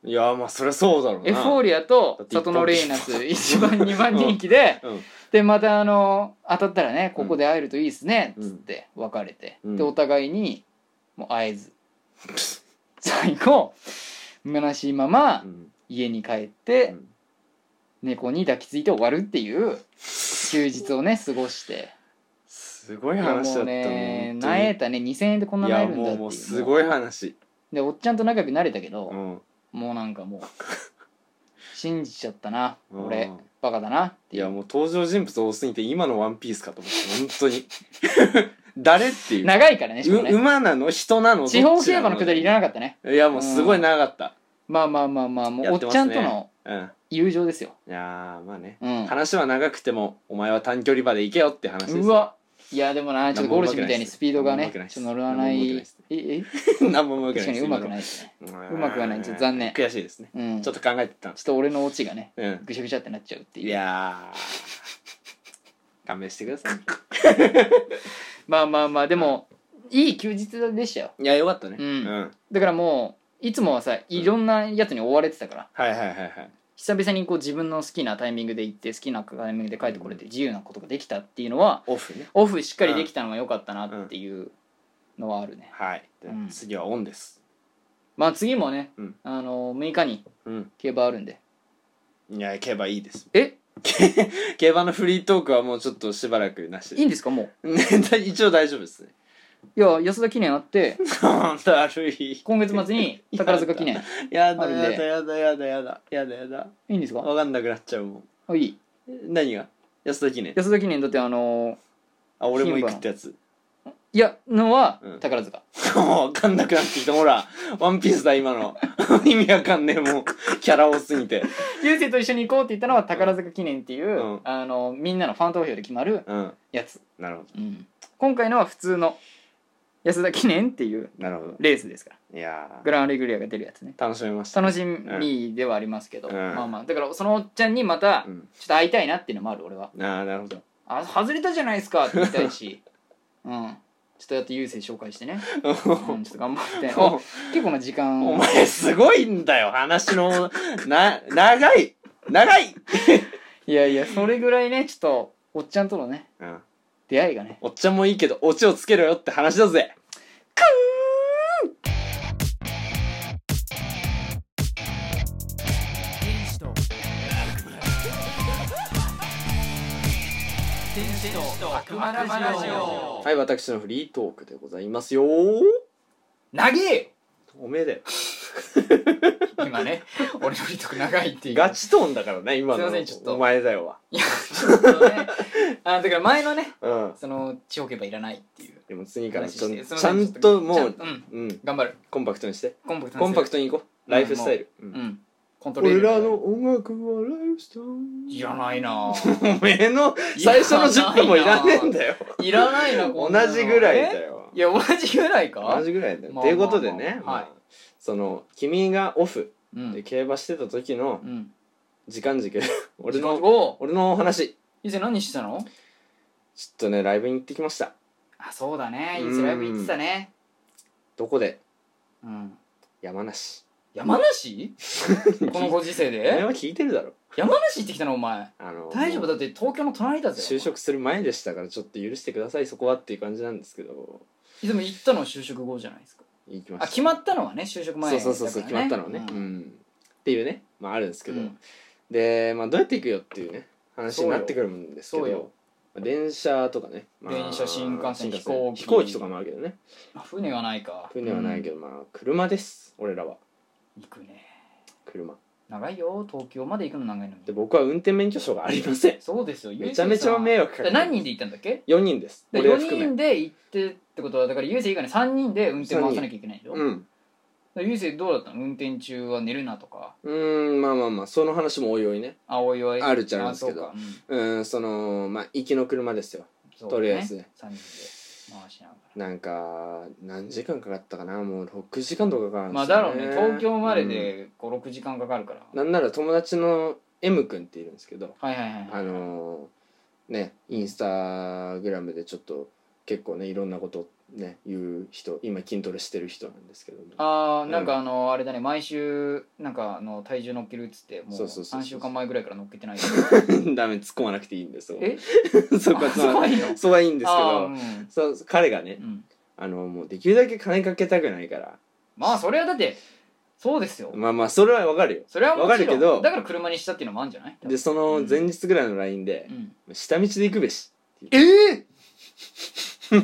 B: いやーまあそりゃそうだろうな
A: エフフォーリアと
B: だって一
A: サ
B: 般
A: トノレイナス1番2番人気で、
B: うん
A: でまたあの当たったらねここで会えるといいですねっ
B: うん
A: つって別れて、
B: うん
A: でお互いにもう会えず 最後虚しいまま
B: うん
A: 家に帰っ
B: う
A: て
B: ん
A: 猫に抱きついて終わるっていう休日をね過ごして
B: すすごい
A: いや
B: 話
A: も
B: だった
A: うねなえたね2000円でこんないな
B: や
A: えるんだってい
B: も
A: うう
B: もうすごい話
A: でおっちゃんと仲良くなれたけど、
B: うん
A: もうなんか もう信じちゃったな
B: うん
A: 俺バカだなって
B: い
A: いう
B: やもう登場人物多すぎて今の「ワンピースかと思って本当に 誰っていう
A: 長いからねしかも
B: う
A: ね
B: 馬なの人なの
A: 地方競馬のくだ
B: 下
A: りいらなかったね
B: いやもうすごい長かった
A: まあまあまあまあもう
B: や
A: お
B: って
A: っ
B: ま
A: ちゃ
B: す
A: ん
B: ね
A: との
B: うん
A: 友情ですよ、
B: いやーまあね
A: うん、
B: 話は長くてもお前は短距離馬で行けよって話です
A: うわいやでもなちょっとゴールシュみたいにスピードがね
B: 何も上手くないっす
A: ちょっと乗らな
B: 何も上手く
A: いええ
B: ないっす
A: 確かに
B: 何もうまくない
A: うまくないですねうまくはないちょっと残念
B: 悔しいですね
A: うん
B: ちょっと考えてたんです
A: ちょっと俺のオチがね
B: うん
A: ぐしゃぐしゃってなっちゃうっていう
B: いやー勘弁してください
A: まあまあまあでもいい休日でしたよ
B: いやよかったね
A: うん
B: はい
A: だからもういつもはさいろんなやつに追われてたから、
B: はいはいはい
A: 久々にこう自分の好きなタイミングで行って好きなタイミングで帰ってこれて自由なことができたっていうのは
B: オフね
A: オフしっかりできたのが良かったなっていうのはあるね、
B: はいで
A: うん
B: 次はオンです
A: まあ次もね、
B: うん
A: あの6日に
B: うん
A: 競馬あるんで
B: いや競馬いいです
A: え
B: 競馬のフリートークはもうちょっとしばらくなし
A: いい
B: で
A: んですかも
B: 一応大丈夫です ね
A: ういや安田記念あ って
B: だるい
A: 今月末に宝塚記念
B: やだ
A: あるん
B: やだ
A: で
B: やだやだやだやだやだ
A: いいんですか
B: わかんなくなっちゃうもん
A: あいい
B: 何が安田記念
A: 安田記念だってあのー
B: あ俺も行くってやつ
A: いやのは
B: うん
A: 宝塚、
B: わかんなくなってきたほらワンピースだ今の 意味わかんねえもうキャラ多すぎて
A: 流星と一緒に行こうって言ったのは宝塚記念っていう、
B: うん
A: あのみんなのファン投票で決まる
B: うん
A: やつ、
B: なるほ
A: 今回のは普通の安田記念っていう
B: どなるほど
A: レースですから
B: いや
A: グランアレグリアが出るやつね
B: ー楽しみました
A: 楽しみではありますけど、
B: うん
A: まあまあだからそのおっちゃんにまたち
B: う
A: ょっ
B: ん
A: と会いたいなっていうのもある俺は
B: ああなるほど
A: あ外れたじゃないですかって言いたいしうんちょっとやって優勢紹介してね、 うん、ちょっと頑張ってお結構な時間
B: お前すごいんだよ話のな長い長い、
A: いやいやそれぐらいねちょっとおっちゃんとのね
B: うん、
A: 出会いがね
B: おっちゃんもいいけどオチをつけろよって話だぜ
C: 天使と天使と悪魔ラジオ
B: はい私のフリートークでございますよ
A: 長え
B: おめえだよ
A: 今 ね俺のリトク長いっていう
B: ガチトーンだからね今の
A: すいませんちょっと
B: お前だよはい
A: やちょっとねあだから前のね
B: うん
A: その地方競馬いらないっていう
B: でも次からち
A: 話
B: ゃ
A: して
B: ん
A: すいま
B: ち
A: せ
B: ゃん
A: ち
B: と
A: ゃ
B: も
A: ん
B: う
A: うん
B: うん
A: 頑張る
B: コンパクトにして
A: コンパクト
B: コンパク
A: ト
B: トにいこうライフスタイルう
A: うんんコントロール
B: 俺らの音楽はライフスタイル
A: いらない な
B: おめえの最初の10分もいらねえんだよ
A: いらないなこ
B: 同
A: んなの
B: じぐらい
A: え
B: だよ
A: いや同じぐらいか
B: 同じぐらいだよ
A: まあ
B: ということでね
A: まあまあはい
B: まあその君がオフ
A: う
B: で
A: ん
B: 競馬してた時の
A: うん
B: 時間軸 俺
A: 俺の
B: の
A: 後
B: 俺のお話
A: 以前何してたの
B: ちょっとねライブに行ってきました
A: あそうだね
B: うん
A: いつライブ行ってたね
B: どこで
A: うん
B: 山梨
A: 山 梨このご時世
B: お前
A: で
B: は聞いてるだろ
A: 山梨行ってきたのお前
B: あの
A: 大丈夫だって東京の隣だぜ
B: 就職する前でしたからちょっと許してくださいそこはっていう感じなんですけど
A: でも行ったのは就職後じゃないですか
B: 行きま
A: あ
B: し
A: 決まったのはね就職
B: た
A: 前
B: そ
A: だ
B: う
A: からね
B: そうそうそう決まったのはね、
A: う
B: うんんっていうねまああるんですけど、
A: うん
B: で、まあ、どうやって行くよっていうね話になってくるんですけ
A: そうよ
B: ど、まあ、電車とかね、まあ
A: 電車新幹線飛行機
B: 飛行機とかもあるけどね
A: あ船がないか
B: 船はないけど、まあ車です俺らは
A: うん行くね
B: 車
A: 長いよ東京まで行くの長いのに
B: で僕は運転免許証がありません
A: そうですよ
B: めちゃめちゃ迷
A: 惑
B: 惑かかる
A: 何人で行ったんだっけ
B: 4人です
A: で
B: 俺
A: 4
B: を含め
A: 人で行ってってことはだからゆうせい以外に3人で運転回さなきゃいけないでしょ、
B: うん
A: だからゆうせいどうだったの運転中は寝るなとか
B: うーんまあまあまあその話もおいおいね
A: あおいおい
B: あるっちゃあるんですけど
A: あそうかうん
B: うーんそのまあ行きの車ですよ
A: そう
B: とりあえず
A: ね3人で回しなが
B: なんか何時間かかったかなもう6時間とかかかる
A: ら
B: ん
A: ま
B: で
A: あ
B: すよ
A: だろうね東京まで
B: うん
A: で56時間かかるから、
B: なんなら友達の M 君っているんですけど
A: はいはいはい
B: あのーねインスタグラムでちょっと結構ねいろんなことをね言う人今筋トレしてる人なんですけども
A: あーなんかあの、あれだね毎週なんかあの体重乗っけるっつってもう
B: そうそうそうそう
A: 3週間前ぐらいから乗っけて ない
B: ダメ突っ込まなくていいんですよ
A: え
B: そこ
A: あ
B: は
A: すご
B: そ
A: いの
B: そこはいいんですけ
A: あー
B: ど
A: うん
B: そう彼がね
A: うん
B: あのもうできるだけ金かけたくないから
A: まあそれはだってそうですよ
B: まあまあそれはわかるよ
A: それはも
B: わ
A: ち
B: かる
A: ろ
B: け
A: ん
B: ど
A: だから車にしたっていうのもあるんじゃない
B: でその前日ぐらいの LINE で
A: うん
B: 「下道で行くべし
A: ええ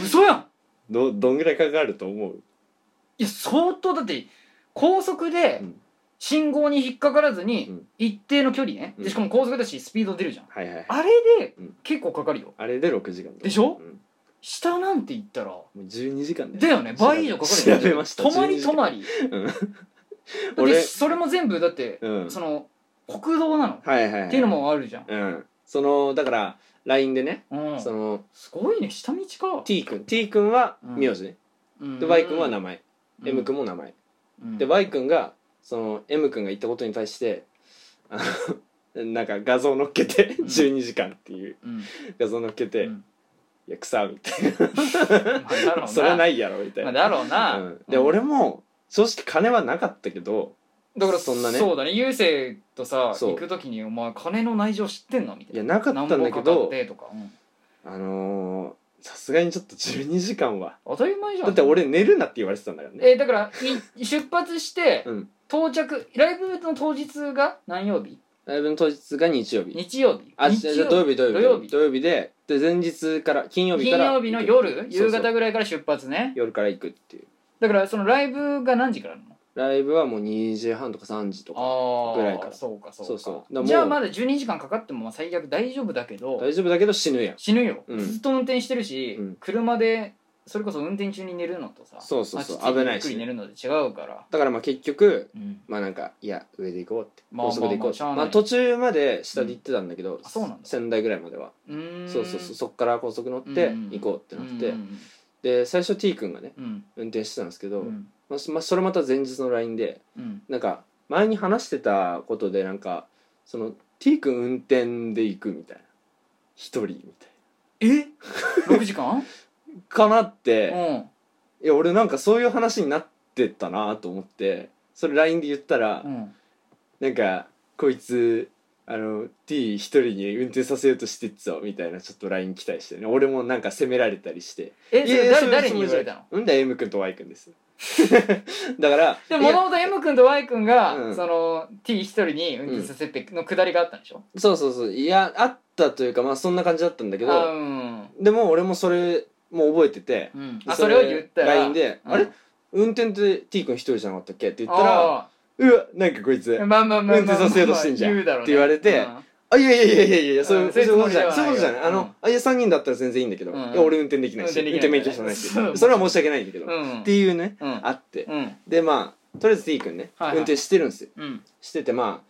A: 嘘やん
B: どどんぐらいかかると思う
A: いや相当だって高速で
B: うん
A: 信号に引っかからず
B: う
A: に
B: ん
A: 一定の距離ね、
B: うん
A: でしかも高速だしスピード出るじゃん
B: はいはいはい
A: あれで
B: うん
A: 結構かかるよ
B: あれで6時間
A: でしょ
B: うん
A: 下なんて言ったら
B: もう12時間
A: だよね倍以上かかるよね
B: 調べました
A: 泊ま
B: 12
A: り
B: 時
A: 泊
B: 間
A: まり
B: うん
A: で
B: 俺
A: それも全部だって、
B: うん
A: その国道なの、
B: はいはいはい
A: っていうのもあるじゃん、
B: うんそのだから LINE でね
A: うん、
B: その
A: すごいね下道か
B: T 君 T 君は名字ね
A: うん
B: で Y 君は名
A: 前、
B: 前 M 君も名前
A: うん
B: で Y 君がその M 君が言ったことに対してあの なんか画像乗っけて
A: うん
B: 12時間っていう
A: うん
B: 画像乗っけ
A: う
B: て
A: ん
B: 「いや草」みたい
A: まあだろう
B: な「
A: な
B: それはないやろ」みたい
A: まあ
B: な。
A: だろうな、
B: うんで俺も正直金はなかったけど
A: だから
B: そんなね
A: そうだね郵政とさ
B: そう
A: 行く時に「お前金の内情知ってんの?」みたい
B: い
A: な
B: やなかったんだ
A: 何
B: け
A: 本かかっ
B: ど
A: てとか、うん
B: あのーさすがにちょっと12時間は
A: 当たり前じゃん
B: だって俺寝るなって言われてたんだからね
A: えーだからい出発して
B: うん
A: 到着ライブの当日が何曜日
B: ライブの当日が日曜日
A: 日曜日
B: あ
A: 日
B: じゃあじゃ
A: 曜
B: あ土曜日土曜日
A: 土曜日
B: 土曜日でで前日から金曜日
A: 金
B: から
A: 曜日の
B: そう
A: 夜
B: そう
A: 夕方ぐらいから出発ね
B: 夜から行くっていう
A: だからそのライブが何時からなの
B: ライブはもう2時半とか3時とか
A: あ
B: ぐらいから
A: そうかそうか
B: そうそうだからもう
A: じゃあまだ12時間かかってもまあ最悪大丈夫だけど
B: 大丈夫だけど死ぬやん
A: 死ぬよ、
B: うん
A: ずっと運転してるし、
B: うん
A: 車でそれこそ運転中に寝るのとさ
B: そうそうそう
A: あっち着て
B: 危ないし
A: ゆっくり寝るので違うから、
B: だからまあ結局
A: うん、
B: まあなんかいや上で行こうって
A: まあ
B: 高速で行こうって
A: まあまあしゃあない
B: まあ途中まで下で行ってたんだけど、
A: あそうなんだ
B: 仙台ぐらいまでは
A: うーん
B: そうそうそうそっから高速乗って
A: うん
B: 行こうってなって、
A: うん
B: で最初 T 君がね
A: うん
B: 運転してたんですけど、
A: うん
B: まあそまあ、それまた前日の LINE で
A: うん
B: なんか前に話してたことでなんかその T 君運転で行くみたいな一人みたい
A: え6時 間
B: なかなっ
A: う
B: て、
A: ん
B: いや俺なんかそういう話になってたなと思ってそれ LINE で言ったら、
A: うん
B: なんかこいつあの T 一人に運転させようとしてっぞみたいなちょっと LINE 来たりしてね俺もなんか責められたりして
A: えそ
B: いや
A: れ
B: いや
A: 誰
B: ういう
A: 誰に言われたの
B: うんだ M 君と Y 君です だから
A: でも
B: いや
A: もともと M 君と Y 君が、
B: うん
A: その T 一人に運転させてのくだりがあったんでしょ、
B: そうそうそういやあったというかまあそんな感じだったんだけ
A: あ
B: ど
A: うん
B: でも俺もそれもう覚えてて、
A: うん、
B: で
A: あそれを言ったら
B: LINE で「
A: うん
B: あれ運転って T 君一人じゃなかったっけ?」って言ったら
A: あ
B: 「うわなんかこいつ
A: ーまあまあまあまあまあ
B: 運転させようとしてんじゃん
A: 言うだろうね
B: って言われて
A: うん
B: あいやいやいやいやいやそういう
A: うん
B: そういうことじゃない
A: そ
B: そうう
A: い
B: いう
A: こじ
B: うこととじ
A: ゃ
B: ゃ
A: ない
B: ないあ
A: うん
B: のあいや3人だったら全然いいんだけど、
A: うん
B: いや俺運転できないし
A: 運転
B: 運
A: できない
B: 転免許証ない し
A: そう
B: それは申し訳ないんだけど、
A: うん
B: っていうね
A: うん
B: あって
A: うん
B: でまあとりあえず T 君ね、
A: はいはい
B: 運転してるんですよ
A: うん
B: しててま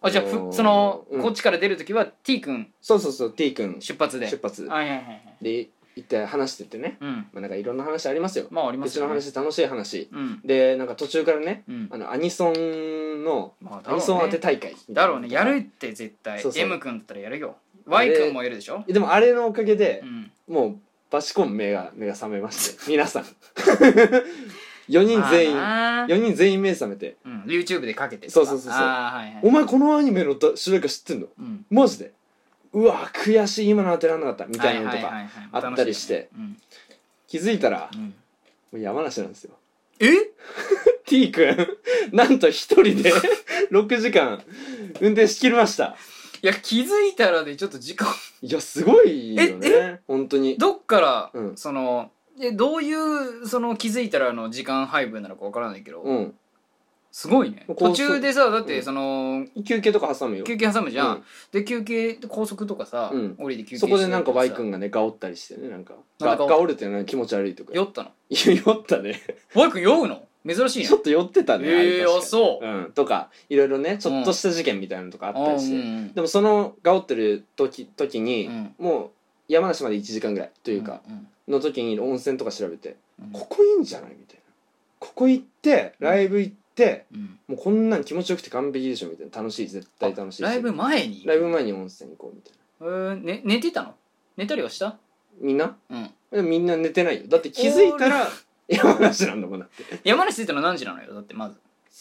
B: あ
A: あじゃあ
B: あのー
A: ふその
B: うん
A: こっちから出るときは T 君
B: そうそうそう T 君
A: 出発で
B: 出発
A: はいはいはいはい
B: で行って話しててね、
A: うん
B: まあ、なんかいろんな話ありますよ
A: まあありま
B: う
A: す
B: ちの話楽しい話
A: うん
B: でなんか途中からね
A: うん
B: あのアニソンの
A: まあだ
B: ア
A: ろ
B: ニソン当
A: う
B: て
A: ね
B: 大会みたい
A: だ
B: な
A: ろうねやるって絶対
B: そうそう
A: M 君だったらやるよ
B: あ
A: Y
B: れ
A: 君もやるでしょ
B: でもあれのおかげで
A: う、ん
B: もうバチコン目が目が覚めまして皆さん 4人全員、
A: まあな
B: 4人全員目覚めて
A: うん YouTube でかけてとか
B: そうそうそうそう
A: あーはいはい
B: 「お前このアニメの主題歌知ってんの
A: うん
B: マジでうわ悔しい今の当てらんなかった」みたいなのと
A: は
B: か、
A: いはいはい
B: あったりして
A: 楽よね
B: 気づいたら
A: うんうん
B: もう山梨なんですよ
A: え
B: T 君なんと一人で 6時間運転しきりました
A: いや気づいたらでちょっと時間
B: いやすごいよ
A: え
B: ね本当に
A: どっから、
B: うん
A: そのえどういうその気づいたらの時間配分なのかわからないけど、
B: うん
A: すごいね
B: もう
A: 途
B: 高速
A: 中でさだっ
B: う
A: て
B: ん
A: その、
B: 休憩とか挟むよ
A: 休憩挟むじゃん、
B: うん
A: で休憩高速とかさ、
B: うん
A: 降りて休憩
B: そこでなんか
A: して
B: Y
A: さ
B: 君がねがおったりしてねなんか
A: なん
B: が
A: か
B: がおるっていうのは気持ち悪いとか
A: 酔ったの
B: いや 酔ったね
A: Y 君酔うの珍しいね
B: ちょっと酔ってたねあれ
A: ええ
B: 確か
A: ー、
B: に
A: あそう、
B: うん、とかいろいろねちょっとした事件みたいなのとかあっ
A: あ
B: たりして、
A: うん
B: でもそのがおってる時時に、
A: うん
B: もう山梨まで1時間ぐらいというか、
A: うん
B: の時に温泉とか調べて、
A: うん
B: ここいいんじゃないみたいなここ行ってライブ行って、
A: うん
B: もうこんなん気持ちよくて完璧でしょみたいな楽しい絶対楽しいし
A: ライブ前に
B: ライブ前に温泉行こうみたいな
A: えーね、寝てたの寝たりはした
B: みんな
A: うん
B: でもみんな寝てないよだって気づいたら山梨なんだもんだって
A: 山梨着いたの何時なのよだってまず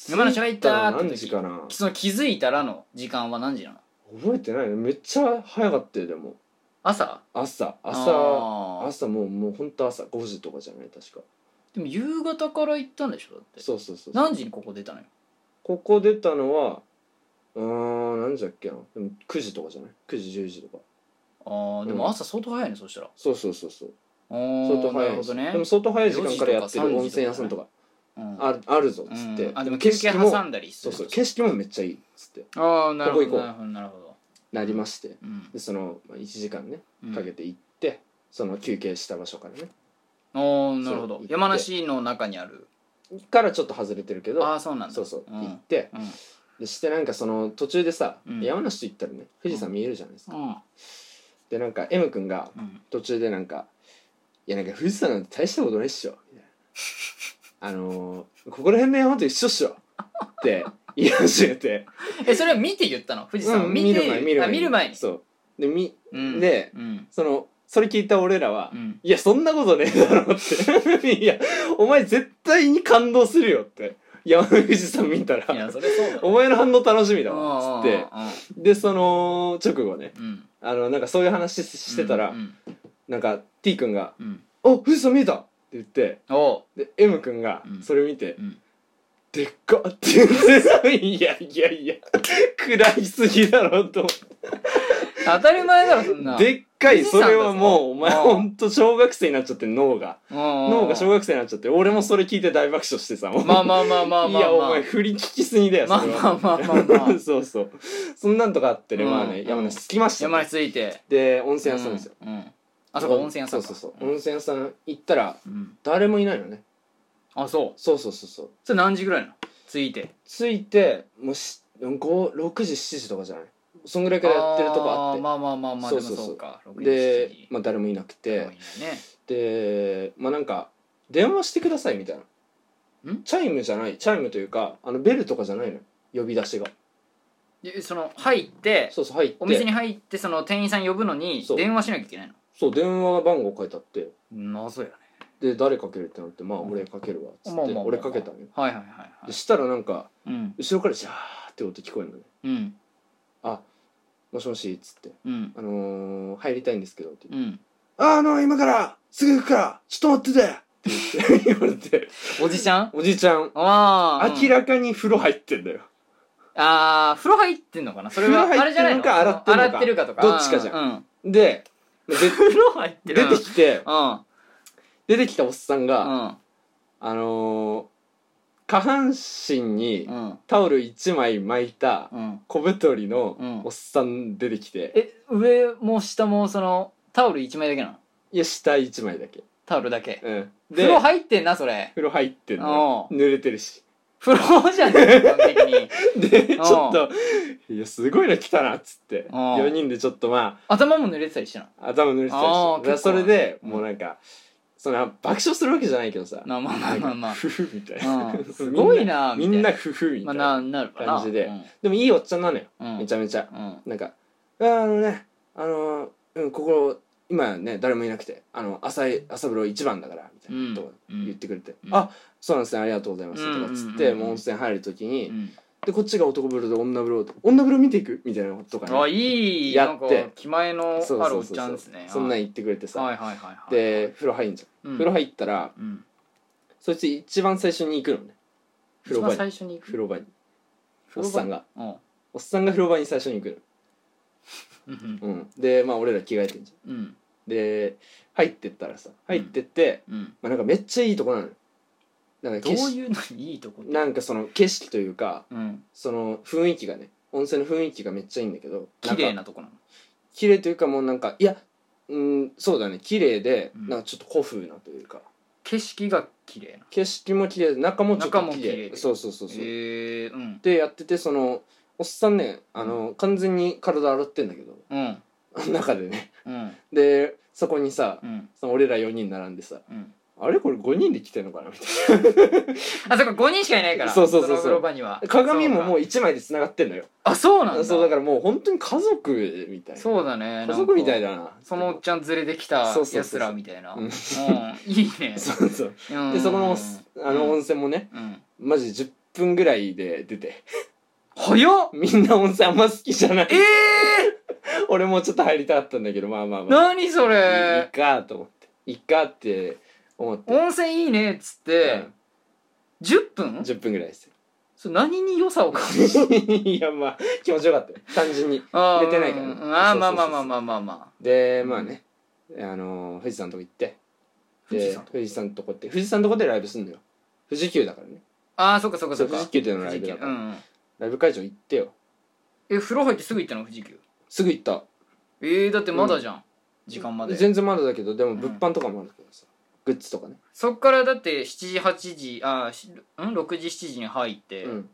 A: 山梨入ったーって時
B: 何時かな
A: その気づいたらの時間は何時なの
B: 覚えてないねめっちゃ早かったよでも
A: 朝
B: 朝朝
A: あー
B: 朝もうもう本当朝5時とかじゃない確か
A: でも夕方から行ったんでしょだって
B: そうそうそう
A: 何時にここ出たのよ
B: ここ出たのはうーん何時だっけなでも9時とかじゃない9時10時とか
A: ああでも朝相当早いねそしたら
B: そうそうそうそう
A: 相
B: 相当
A: な
B: 早
A: る
B: い
A: ほ
B: です
A: どね
B: でも相当早い時間からやって
A: 4時と
B: る
A: か
B: 温泉屋さんとか
A: うん
B: あるあるぞっつっ
A: う
B: て
A: んあでも休憩
B: も
A: 挟んだりす
B: そう
A: る
B: そう景色もめっちゃいいっつって
A: ああなるほど
B: ここ行
A: なるほ
B: こう
A: どなるほど
B: なりまして
A: うん
B: でそのまあ1時間ね
A: うん
B: かけて行ってその休憩した場所からね
A: おおなるほど
B: そう
A: 山梨の中にある
B: からちょっと外れてるけど
A: ああそうなんだ
B: そうそう
A: うん
B: 行って
A: うん
B: でしてなんかその途中でさ
A: うん
B: 山梨と行ったらね富士山見えるじゃないですか
A: うん
B: でなんか M 君が
A: うん
B: 途中でなんか「いやなんか富士山なんて大したことないっしょ」みたいな「あのー、ここら辺の山と一緒っしょ」って言い始めて
A: えそれは見て言ったの富士山を
B: うん
A: 見てあ
B: に
A: 見る前に
B: そうでみ
A: うん
B: で
A: うん
B: そのそれ聞いた俺らは「
A: うん
B: いやそんなことねえだろ」って いやお前絶対に感動するよって山の富士山見た
A: いや
B: ら
A: それそうだ
B: お前の反応楽しみだわっつ
A: っ
B: ってでその直後ねあのなんかそういう話ししてたら、
A: うん
B: なんか T 君が
A: うんうん
B: 「お富士山見えた!」って言って
A: おう
B: で M 君が
A: うん
B: それ見て
A: うん
B: 「でっか!」って言って さ「いやいやいや暗いすぎだろ」と思って
A: 当たり前だろそんな
B: でっかい
A: 富士山
B: そ
A: だぞ
B: れはもうお前
A: うん
B: ほんと小学生になっちゃって脳が脳
A: 脳
B: が小学生になっちゃって俺もそれ聞いて大爆笑してさもう
A: まあまあまあまあまあ
B: いやお
A: まあ
B: 前振り聞きすぎだよ
A: まあ
B: それは
A: まあまあまあまあ
B: そうそうそんなんとかあってね
A: うん
B: まあね山梨着きました
A: 山梨ついて
B: で温泉屋さんですよ
A: うんうんあそこ温泉屋さんか
B: そうそうそう温泉屋さん行ったら
A: うん
B: 誰もいないのね
A: あそう
B: そうそうそうそう
A: それ何時ぐらいなのついて
B: 着いてもうし5 6時7時とかじゃないそんぐらいからやってるとこあっ
A: ー
B: て
A: まあまあまあまあ
B: そ
A: で
B: う
A: も
B: そうそう
A: そうか6時
B: で
A: 7時、
B: まあ、誰もいなく
A: 多い
B: て
A: ね
B: でまあなんか電話してくださいみたいなんチャイムじゃないチャイムというかあのベルとかじゃないのよ呼び出しが
A: でその入って
B: そうそう入って
A: お店に入ってその店員さん呼ぶのに
B: そう
A: 電話しなきゃいけない
B: そう電話番号書いてあって
A: の謎やね
B: で誰かけるってなってまあ
A: うん
B: 俺かけるわっつって、
A: まあまあまあ
B: 俺かけたのよ
A: はいはいはいは
B: で
A: い
B: したらなんか
A: うん
B: 後ろからジャーって音聞こえるのね
A: うん
B: あもしもしっつって
A: うん
B: あのー入りたいんですけどって言って
A: うん
B: あの、今から、すぐ行くから、ちょっと待っててって言って 言われて、
A: おじちゃん
B: おじいちゃん、
A: ああ
B: 明らかに風呂入ってんだよ。
A: ああ風呂入ってんのかなそれは
B: 風呂
A: あ
B: 入
A: れ
B: っ
A: じゃ
B: て
A: ない
B: る
A: の
B: のか洗って
A: るかとか
B: どっちかじゃ
A: ん、うん、
B: で、で
A: 風呂入って
B: 出てきて、
A: うん
B: 出てきたおっさん
A: う
B: が、
A: ん
B: あのー下半身に
A: うん
B: タオル1枚巻いた
A: うん
B: 小太り
A: う
B: の
A: ん
B: おっさん出てきて、
A: え上も下もそのタオル1枚だけなの
B: いや、下1枚だけ。
A: タオルだけ
B: うん。で、
A: 風呂入ってんなそれ
B: 風呂入ってんだよ。
A: う
B: 濡れてる し。
A: 風呂じゃねえ基本的 に
B: で、ちょっと、いや、すごいの来たな、っつって。
A: ん
B: 4人でちょっとまあ、
A: 頭も濡れてたりしてな
B: 頭濡れてたり
A: あー
B: してだから
A: 結構
B: それで
A: うん
B: もうなんかその爆笑するわけじゃないけどさ
A: まあまあまあまあまあ
B: ふふみたいな
A: うんすごいな
B: みんな
A: み
B: ふふみ
A: ま
B: た
A: あな
B: いな
A: なるかな
B: 感じで
A: うん
B: でもいいおっちゃんなのよ
A: うん
B: めちゃめちゃ
A: うん
B: なんかあーあのねあのーうんここ今ね誰もいなくてあの朝い朝風呂一番だからみたいなこと
A: うん
B: 言ってくれて
A: うん
B: あそうなんですねありがとうございますとかっつ
A: うん
B: って
A: うんうんうん
B: もう温泉入る時
A: う
B: に
A: ん
B: でこっちが男風呂で女風呂女風呂見ていくみたいなことと
A: あ
B: かね
A: いいな
B: や
A: ん
B: っ
A: か
B: て
A: 気前の
B: そう
A: ある
B: そ
A: お
B: う
A: っ
B: そ
A: ちゃん
B: う
A: ですね
B: そんなん言ってくれて
A: はい
B: さ
A: はいはいはい
B: で風呂入んじゃん
A: 風
B: 風呂入ったら
A: うん
B: そいつ一番最初に行くのね風
A: 一
B: 呂
A: 番
B: 場
A: 最
B: に
A: 初に行
B: 風
A: く
B: 呂場に
A: 風
B: おっ
A: 呂場
B: さんが
A: うん
B: おっさんが風呂場に最初に行く
A: うん
B: の、うん、でまあ俺ら着替えてんじゃ
A: うん
B: んで入ってったらさ入ってって、
A: うん
B: まあ、なんかめっちゃいいとこなのよなんか
A: どう
B: 景色
A: いうのにいいとこって
B: なんかその景色というか
A: うん
B: その雰囲気がね温泉の雰囲気がめっちゃいいんだけど
A: 綺麗
B: んか
A: なとこなの
B: 綺麗というかもうなんかいやうんそうだね綺麗で、
A: うん
B: なんかちょっと古風なというか
A: 景色が綺麗な
B: 景色も綺麗で中もちょっと
A: 中も
B: 綺
A: 綺
B: 麗
A: 麗
B: で
A: で
B: そうそうそうそう、
A: へえうん
B: でやっててそのおっさんねあの、完全に体洗ってんだけど
A: うん
B: 中でね
A: うん
B: でそこにさ
A: うん
B: その俺ら4人並んでさ
A: うん
B: あれこれ5人で来てんのかなみたい
A: あそこ5人しかいないから
B: そうそうそうそう
A: の風呂場には
B: な鏡ももう
A: う
B: 1枚で繋がってんのよ
A: あそうなん
B: そう
A: だ
B: だからもう本当に家族みたいな
A: そうだね
B: 家族みたい
A: な
B: だな
A: そのおっちゃん連れてきた
B: そうそうそう
A: やつらみたいな
B: う
A: う
B: ん
A: んいいね
B: そうそう
A: うん
B: でそこのおっあの温泉もね
A: うん
B: マジ10分ぐらいで出て
A: 早っ
B: みんな温泉あんま好きじゃない
A: ええ
B: 俺もちょっと入りたかったんだけどまあまあ
A: ー
B: まあ
A: 何そ
B: いい
A: れ
B: かと思っていいかって思って
A: 温泉いいねっつって10分
B: 10分ぐらいですよ
A: それ何に良さを感じ
B: いやまあ気持ちよかったよ単純に
A: あー
B: 入れてないからね
A: うんあーまあ
B: そ
A: ま
B: うそ
A: あ
B: うそうそう
A: まあまあまあま
B: でまあね、あのー富士山のとこ行って
A: 富士
B: で
A: 山のとこ
B: 富士山のとこって富士山のとこでライブすんのよ富士急だからね
A: ああーそっかそっかそ
B: そう
A: っか
B: 富士急でのラ
A: 富
B: イ
A: 士
B: ブ
A: 急う
B: だから、
A: んうん
B: ライブ会場行ってよ
A: え風呂入ってすぐ行ったの富士急
B: すぐ行った
A: えー、だってまだじゃん、時間まで
B: 全然まだだけどでも
A: ん
B: 物販とかもあるからさ、グッズとかね
A: そっからだって7時8時あーしん6時7時に入って、
B: うん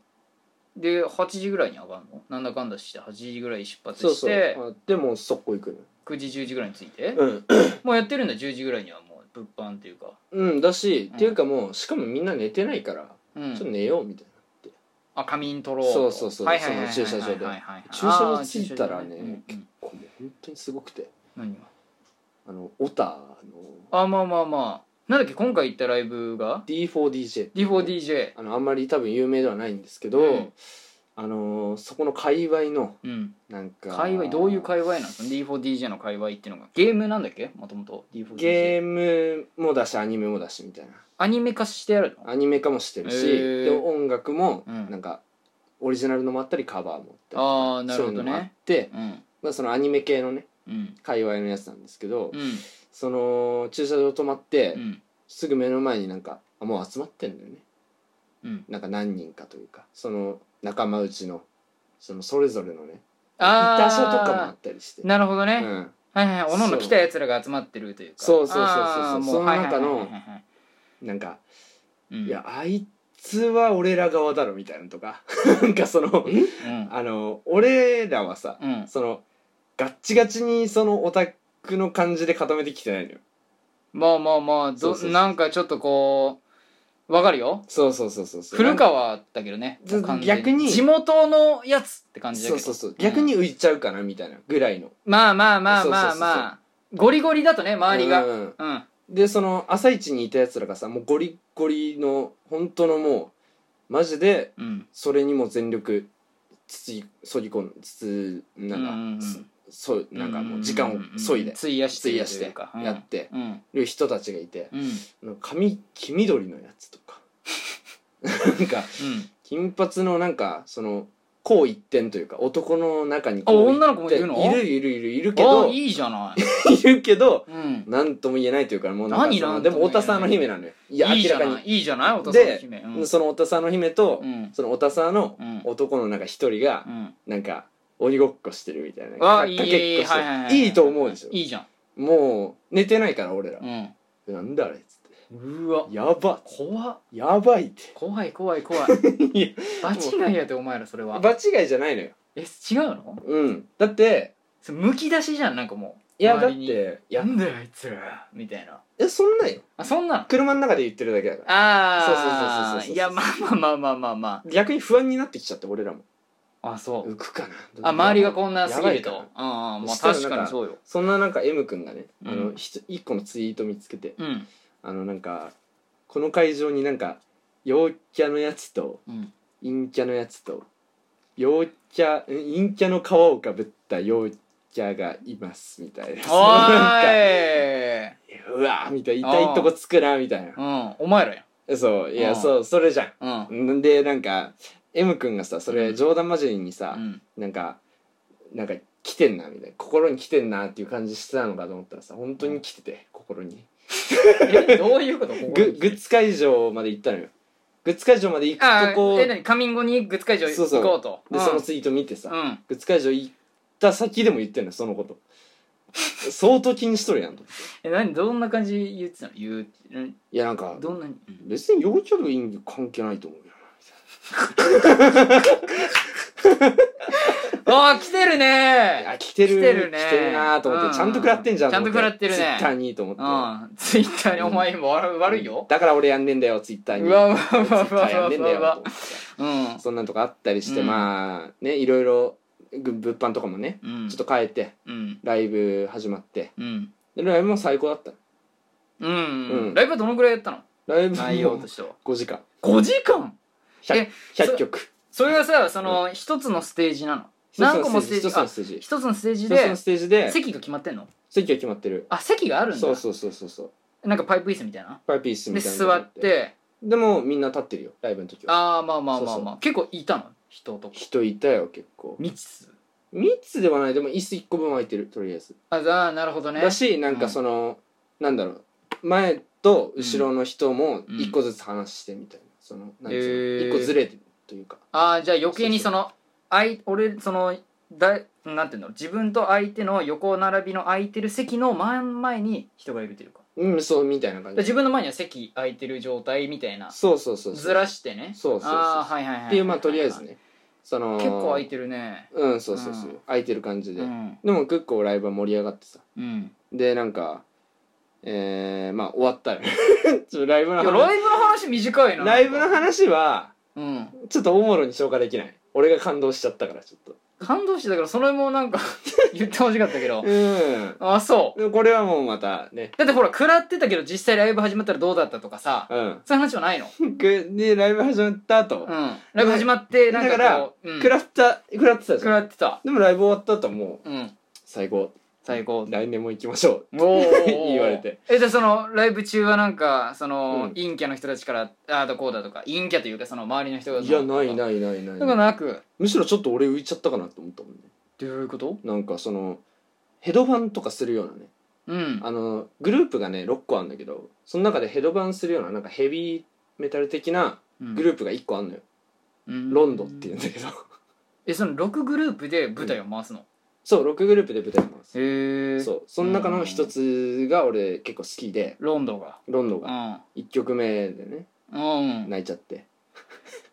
A: で8時ぐらいに上がるのなんだかんだして8時ぐらい出発して
B: そうそうあでもう速攻行く
A: 9時10時ぐらいに着いて、
B: のうん
A: もうやってるんだ10時ぐらいにはもう物販っていうか
B: うんだし、
A: うん
B: っていうかもうしかもみんな寝てないから、
A: う
B: ちょっと
A: ん
B: 寝ようみたいな
A: あ仮眠取ろう
B: そうそうそう
A: はいはいはいはいはい
B: その駐車場で
A: はいはいはい
B: 駐車場着いた
A: あー駐車場う
B: らね
A: んうん
B: こうもう本当にすごくて
A: 何が
B: あのオタの
A: あまあまあまあなんだっけ今回行ったライブが
B: D4DJ
A: D4DJ
B: あのあんまり多分有名ではないんですけど、
A: うん
B: あのーそこの界隈の
A: うん
B: なんか
A: 界隈どういう界隈なんですか D4DJ の界隈っていうのがゲームなんだっけもともと D4DJ
B: ゲームもだしアニメもだしみたいな
A: アニメ化してやるの
B: アニメ化もしてるし、
A: へー
B: で音楽も
A: うん
B: なんかオリジナルのもあったりカバーも
A: ああ
B: あったり
A: なるほど
B: そういうのもあっ
A: ね
B: て、
A: うん
B: まあ、そのアニメ系のね
A: うん
B: 界隈のやつなんですけど、
A: うん
B: その駐車場泊まって、
A: うん
B: すぐ目の前になんかあもう集まってんだよね
A: うん
B: なんか何人かというかその仲間内のそのそれぞれのね
A: あー
B: いた所とかもあったりして
A: なるほどね、
B: うん、
A: はいはいはいおのおの
B: そう
A: 来たやつらが集まってるというか
B: そうそうそうそうそう
A: あーも
B: その中の
A: はいはいはいはいはい
B: なんか、
A: うん
B: いやあいつは俺ら側だろみたいなのとか なんかその
A: うん
B: あの俺らはさ、
A: うん
B: そのガッチガチにそのオタクの感じで固めてきてないのよ
A: まあまあまあ
B: そ
A: ど
B: うそうそう
A: なんかちょっとこうわかるよ
B: そうそうそうそうそう
A: 古川だけどね
B: ず
A: 完全
B: 逆に
A: 地元のやつって感じだけ
B: そ
A: ど
B: うそうそう逆に浮いちゃうかなみたいなぐらいの
A: まあまあまあ
B: そうそう
A: ま
B: そ
A: あ
B: うそう
A: まあゴリゴリだとね周りがうん、
B: うんでその朝一にいたやつらがさもうゴリゴリの本当のもうマジで
A: うん
B: それにも全力つつそぎ込んつつなんか、
A: うんうんうん
B: そそうなんかもう時間を削いで
A: 費やして
B: 費やしてやって
A: うん
B: る人たちがいて、
A: うんうん
B: 髪黄緑のやつとかなんか金髪のなんかそのこう一点というか男の中にこう一点
A: あ女の子もいるの
B: いるいるいるいるけ
A: あ
B: どい
A: いいじゃない、
B: るけど
A: うん、
B: なんとも言えないというかもうなんか
A: 何
B: その
A: なんと
B: で
A: も
B: も
A: 言え
B: お
A: ない
B: たさんの姫なのよいや
A: いい
B: 明
A: じ
B: ら
A: ゃ
B: か
A: ない
B: に
A: いいじゃないお父さんの
B: で
A: 姫うん
B: そのおたさんの姫と
A: うん
B: そのおたさんの
A: うん
B: 男のなんか一人が
A: うん
B: なんか鬼ごっこしてるみたいな
A: わあ
B: か
A: いい
B: かけっこ
A: はいはいは
B: して
A: い
B: いいと思うでし
A: いいじゃん
B: ょもう寝てないから俺ら
A: うん
B: なんだあれっつっ
A: うわ
B: てやばっ
A: 怖っ
B: やばいって
A: 怖い怖い怖い
B: いや
A: 場違いやでお前らそれは
B: 場違いじゃないのよ
A: え違うの
B: うんだって
A: それむき出しじゃんなんかもう
B: いやだっ
A: 周りに
B: てい
A: な
B: や
A: んだよあいつらみたいな
B: えそんなんよ
A: あそんなの
B: 車の中で言ってるだけだから
A: ああ
B: そうそうそうそうそうそう
A: いやまあまあまあまあまあま
B: 逆に不安になってきちゃって俺らも
A: ああそう
B: 浮くかな
A: あ周りがこんなすぎる
B: やば
A: と
B: いか
A: ああま
B: そ
A: あ
B: し
A: 確か
B: たらなん
A: に
B: か
A: そうよ
B: そんななんか M 君がねあ
A: う
B: の
A: ん
B: ひと一個のツイート見つけて
A: うん
B: あのなんかこの会場になんか陽キャのやつと
A: うん
B: 陰キャのやつと陽キャん陰キャの皮をかぶった陽キャがいますみた
A: お
B: いななんか
A: ーいう
B: わーみたいな痛いとこつくなみたい
A: うんお前らや
B: なそういうや
A: ん
B: そうそれじゃん
A: うん
B: んでなんか M 君がさそれ
A: うん
B: 冗談交じりにさ
A: う、ん
B: なんかなんか来てんなみたいな心に来てんなっていう感じしてたのかと思ったらさ本当に来てて心に
A: えどういうことここ
B: ググッズ会場まで行ったのよグッズ会場まで行
A: あ
B: くとこ
A: え何カミングにグッズ会場
B: そうそう
A: 行こうと
B: で
A: うん
B: そのツイート見てさ、
A: うん
B: グッズ会場行った先でも言ってんのよそのこと相当気にしとるやんと思って
A: え何どんな感じ言ってたの言ううん
B: いやなんか
A: どんなにうん
B: 別に陽キャと陰キャ関係ないと思うよ
A: ああ来てるね
B: あ来てる
A: 来てるね
B: 来てるなーと思って、
A: うん
B: ちゃんと食らってんじゃん思
A: ちゃんと食らってるね
B: ツイッターにと思って、
A: うんツイッターにお前今悪悪いよ
B: だから俺やんねんだよツイッターに
A: うわうわう
B: ツイ
A: わ
B: ッ
A: う
B: ターや
A: わ
B: んねん
A: う
B: だ
A: わう
B: よと思
A: わ
B: って
A: うん
B: そんなんとかあったりして、
A: うん
B: まあねいろいろぐ物販とかもね
A: うん
B: ちょっと変えて
A: うん
B: ライブ始まって
A: うん
B: でライブも最高だった
A: うん、
B: うん
A: ライブはどのぐらいやったの
B: ライブも
A: 内容としては
B: 5時間
A: 5時間
B: 100,
A: え
B: 100曲
A: それがさその一つのステージなの何個もステージ
B: 一つのステージ
A: 一つのステージ
B: 一つ
A: で
B: のステージで
A: 席が決まってんの
B: 席が決まってる
A: あ席があるんだ
B: そうそうそうそうそう
A: なんかパイプ椅子みたいな
B: パイピース
A: で
B: みたいな
A: 座って
B: でもみんな立ってるよライブの時は
A: ああまあまあまあ
B: そう
A: ま
B: そ
A: あ結構いたの人とか
B: 人いたよ結構
A: 未知数
B: 3つではないでも椅子1個分空いてるとりあえず、
A: あああなるほどね
B: だしなん
A: う
B: か
A: ん
B: その、なんだろう前と後ろの人も
A: うん
B: 1個ずつ話してみたいなそのなんつうの、
A: へー
B: 1個ずれてるというか
A: ああじゃあ余計に
B: そ
A: そうのあい俺そのだなんていうの自分と相手の横並びの空いてる席の真ん前に人がいるというか
B: うんそうみたいな感じ
A: 自分の前には席空いてる状態みたいな
B: そうそうそうそう
A: ずらしてね
B: そうそうそう
A: ああはいはいはい
B: っていうまあとりあえずねその
A: 結構空い
B: て
A: てるね
B: うんそうそうそう、
A: うん
B: 空いてる感じで、
A: うん
B: でも結構ライブは盛り上がってさ
A: うん
B: でなんかえー、まあ終わったよ ちょっとライブ
A: い
B: の
A: や
B: 話
A: ライブの話短いな
B: ライブの話は
A: うん
B: ちょっとおもろに消化できない俺が感動しちゃったからちょっと
A: 感動してたからそれもなんか 言ってほしかったけど
B: うん
A: あそう
B: でもこれはもうまたね
A: だってほら食らってたけど実際ライブ始まったらどうだったとかさ
B: うん
A: そういう話はないの
B: くでライブ始まった
A: う
B: 後、
A: んライブ始まってなん
B: だか
A: からこううん
B: 食らった食らってたじ
A: 食ら
B: ゃん
A: ってた
B: でもライブ終わった後はもう
A: うん
B: 最高
A: 最高
B: 来年も行きましょ
A: おー
B: 言われて
A: えじゃあそのライブ中はなんかその、
B: うん
A: 陰キャの人たちからああだこうだとか陰キャというかその周りの人
B: う
A: が
B: いやない
A: い
B: ないないない
A: とかなく
B: むしろちょっと俺浮いちゃったかなと思ったもんね
A: どういうこと
B: なんかそのヘドバンとかするようなね
A: うん
B: あのグループがね6個あるんだけどその中でヘドバンするようななんかヘビーメタル的なグループが1個あんのよ、
A: うん
B: ロンドっていうんだけど
A: えその6グループで舞台を回すの、
B: そう6グループで舞台なんです
A: へえ
B: そうその中の一つが俺結構好きで
A: ロンドが
B: ロンド
A: う
B: が
A: ん
B: 1曲目でね
A: うん、
B: 泣いちゃって、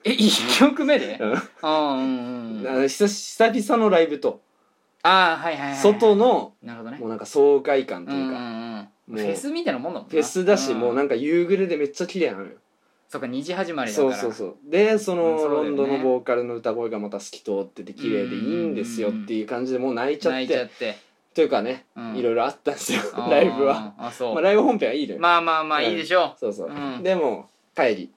A: え一曲目で
B: うん
A: うんうんうん
B: あの久し久々のライブと
A: ああはいはい、はい、
B: 外の
A: なるほどね
B: もうなんか爽快感と
A: うん
B: いう
A: う
B: か
A: んうん
B: もう
A: フェスみたいなもんだもんな
B: フェスだし
A: ん
B: もうなんか夕暮れでめっちゃ綺麗なのよ
A: そうか2時始まりだか
B: そう
A: ら
B: そうそうでその
A: うんそうだよ
B: ロ
A: ね
B: ンドのボーカルの歌声がまた透き通ってて綺麗でいいんですよっていう感じでもう泣いちゃっ
A: 泣いちゃ
B: て
A: って
B: というかね
A: うん
B: いろいろあったんですよ
A: あー
B: ライブは
A: あそう、
B: まあライブ本編はいいのよ
A: まあまあまあいいでしょ
B: そうそう
A: うん
B: でもう帰り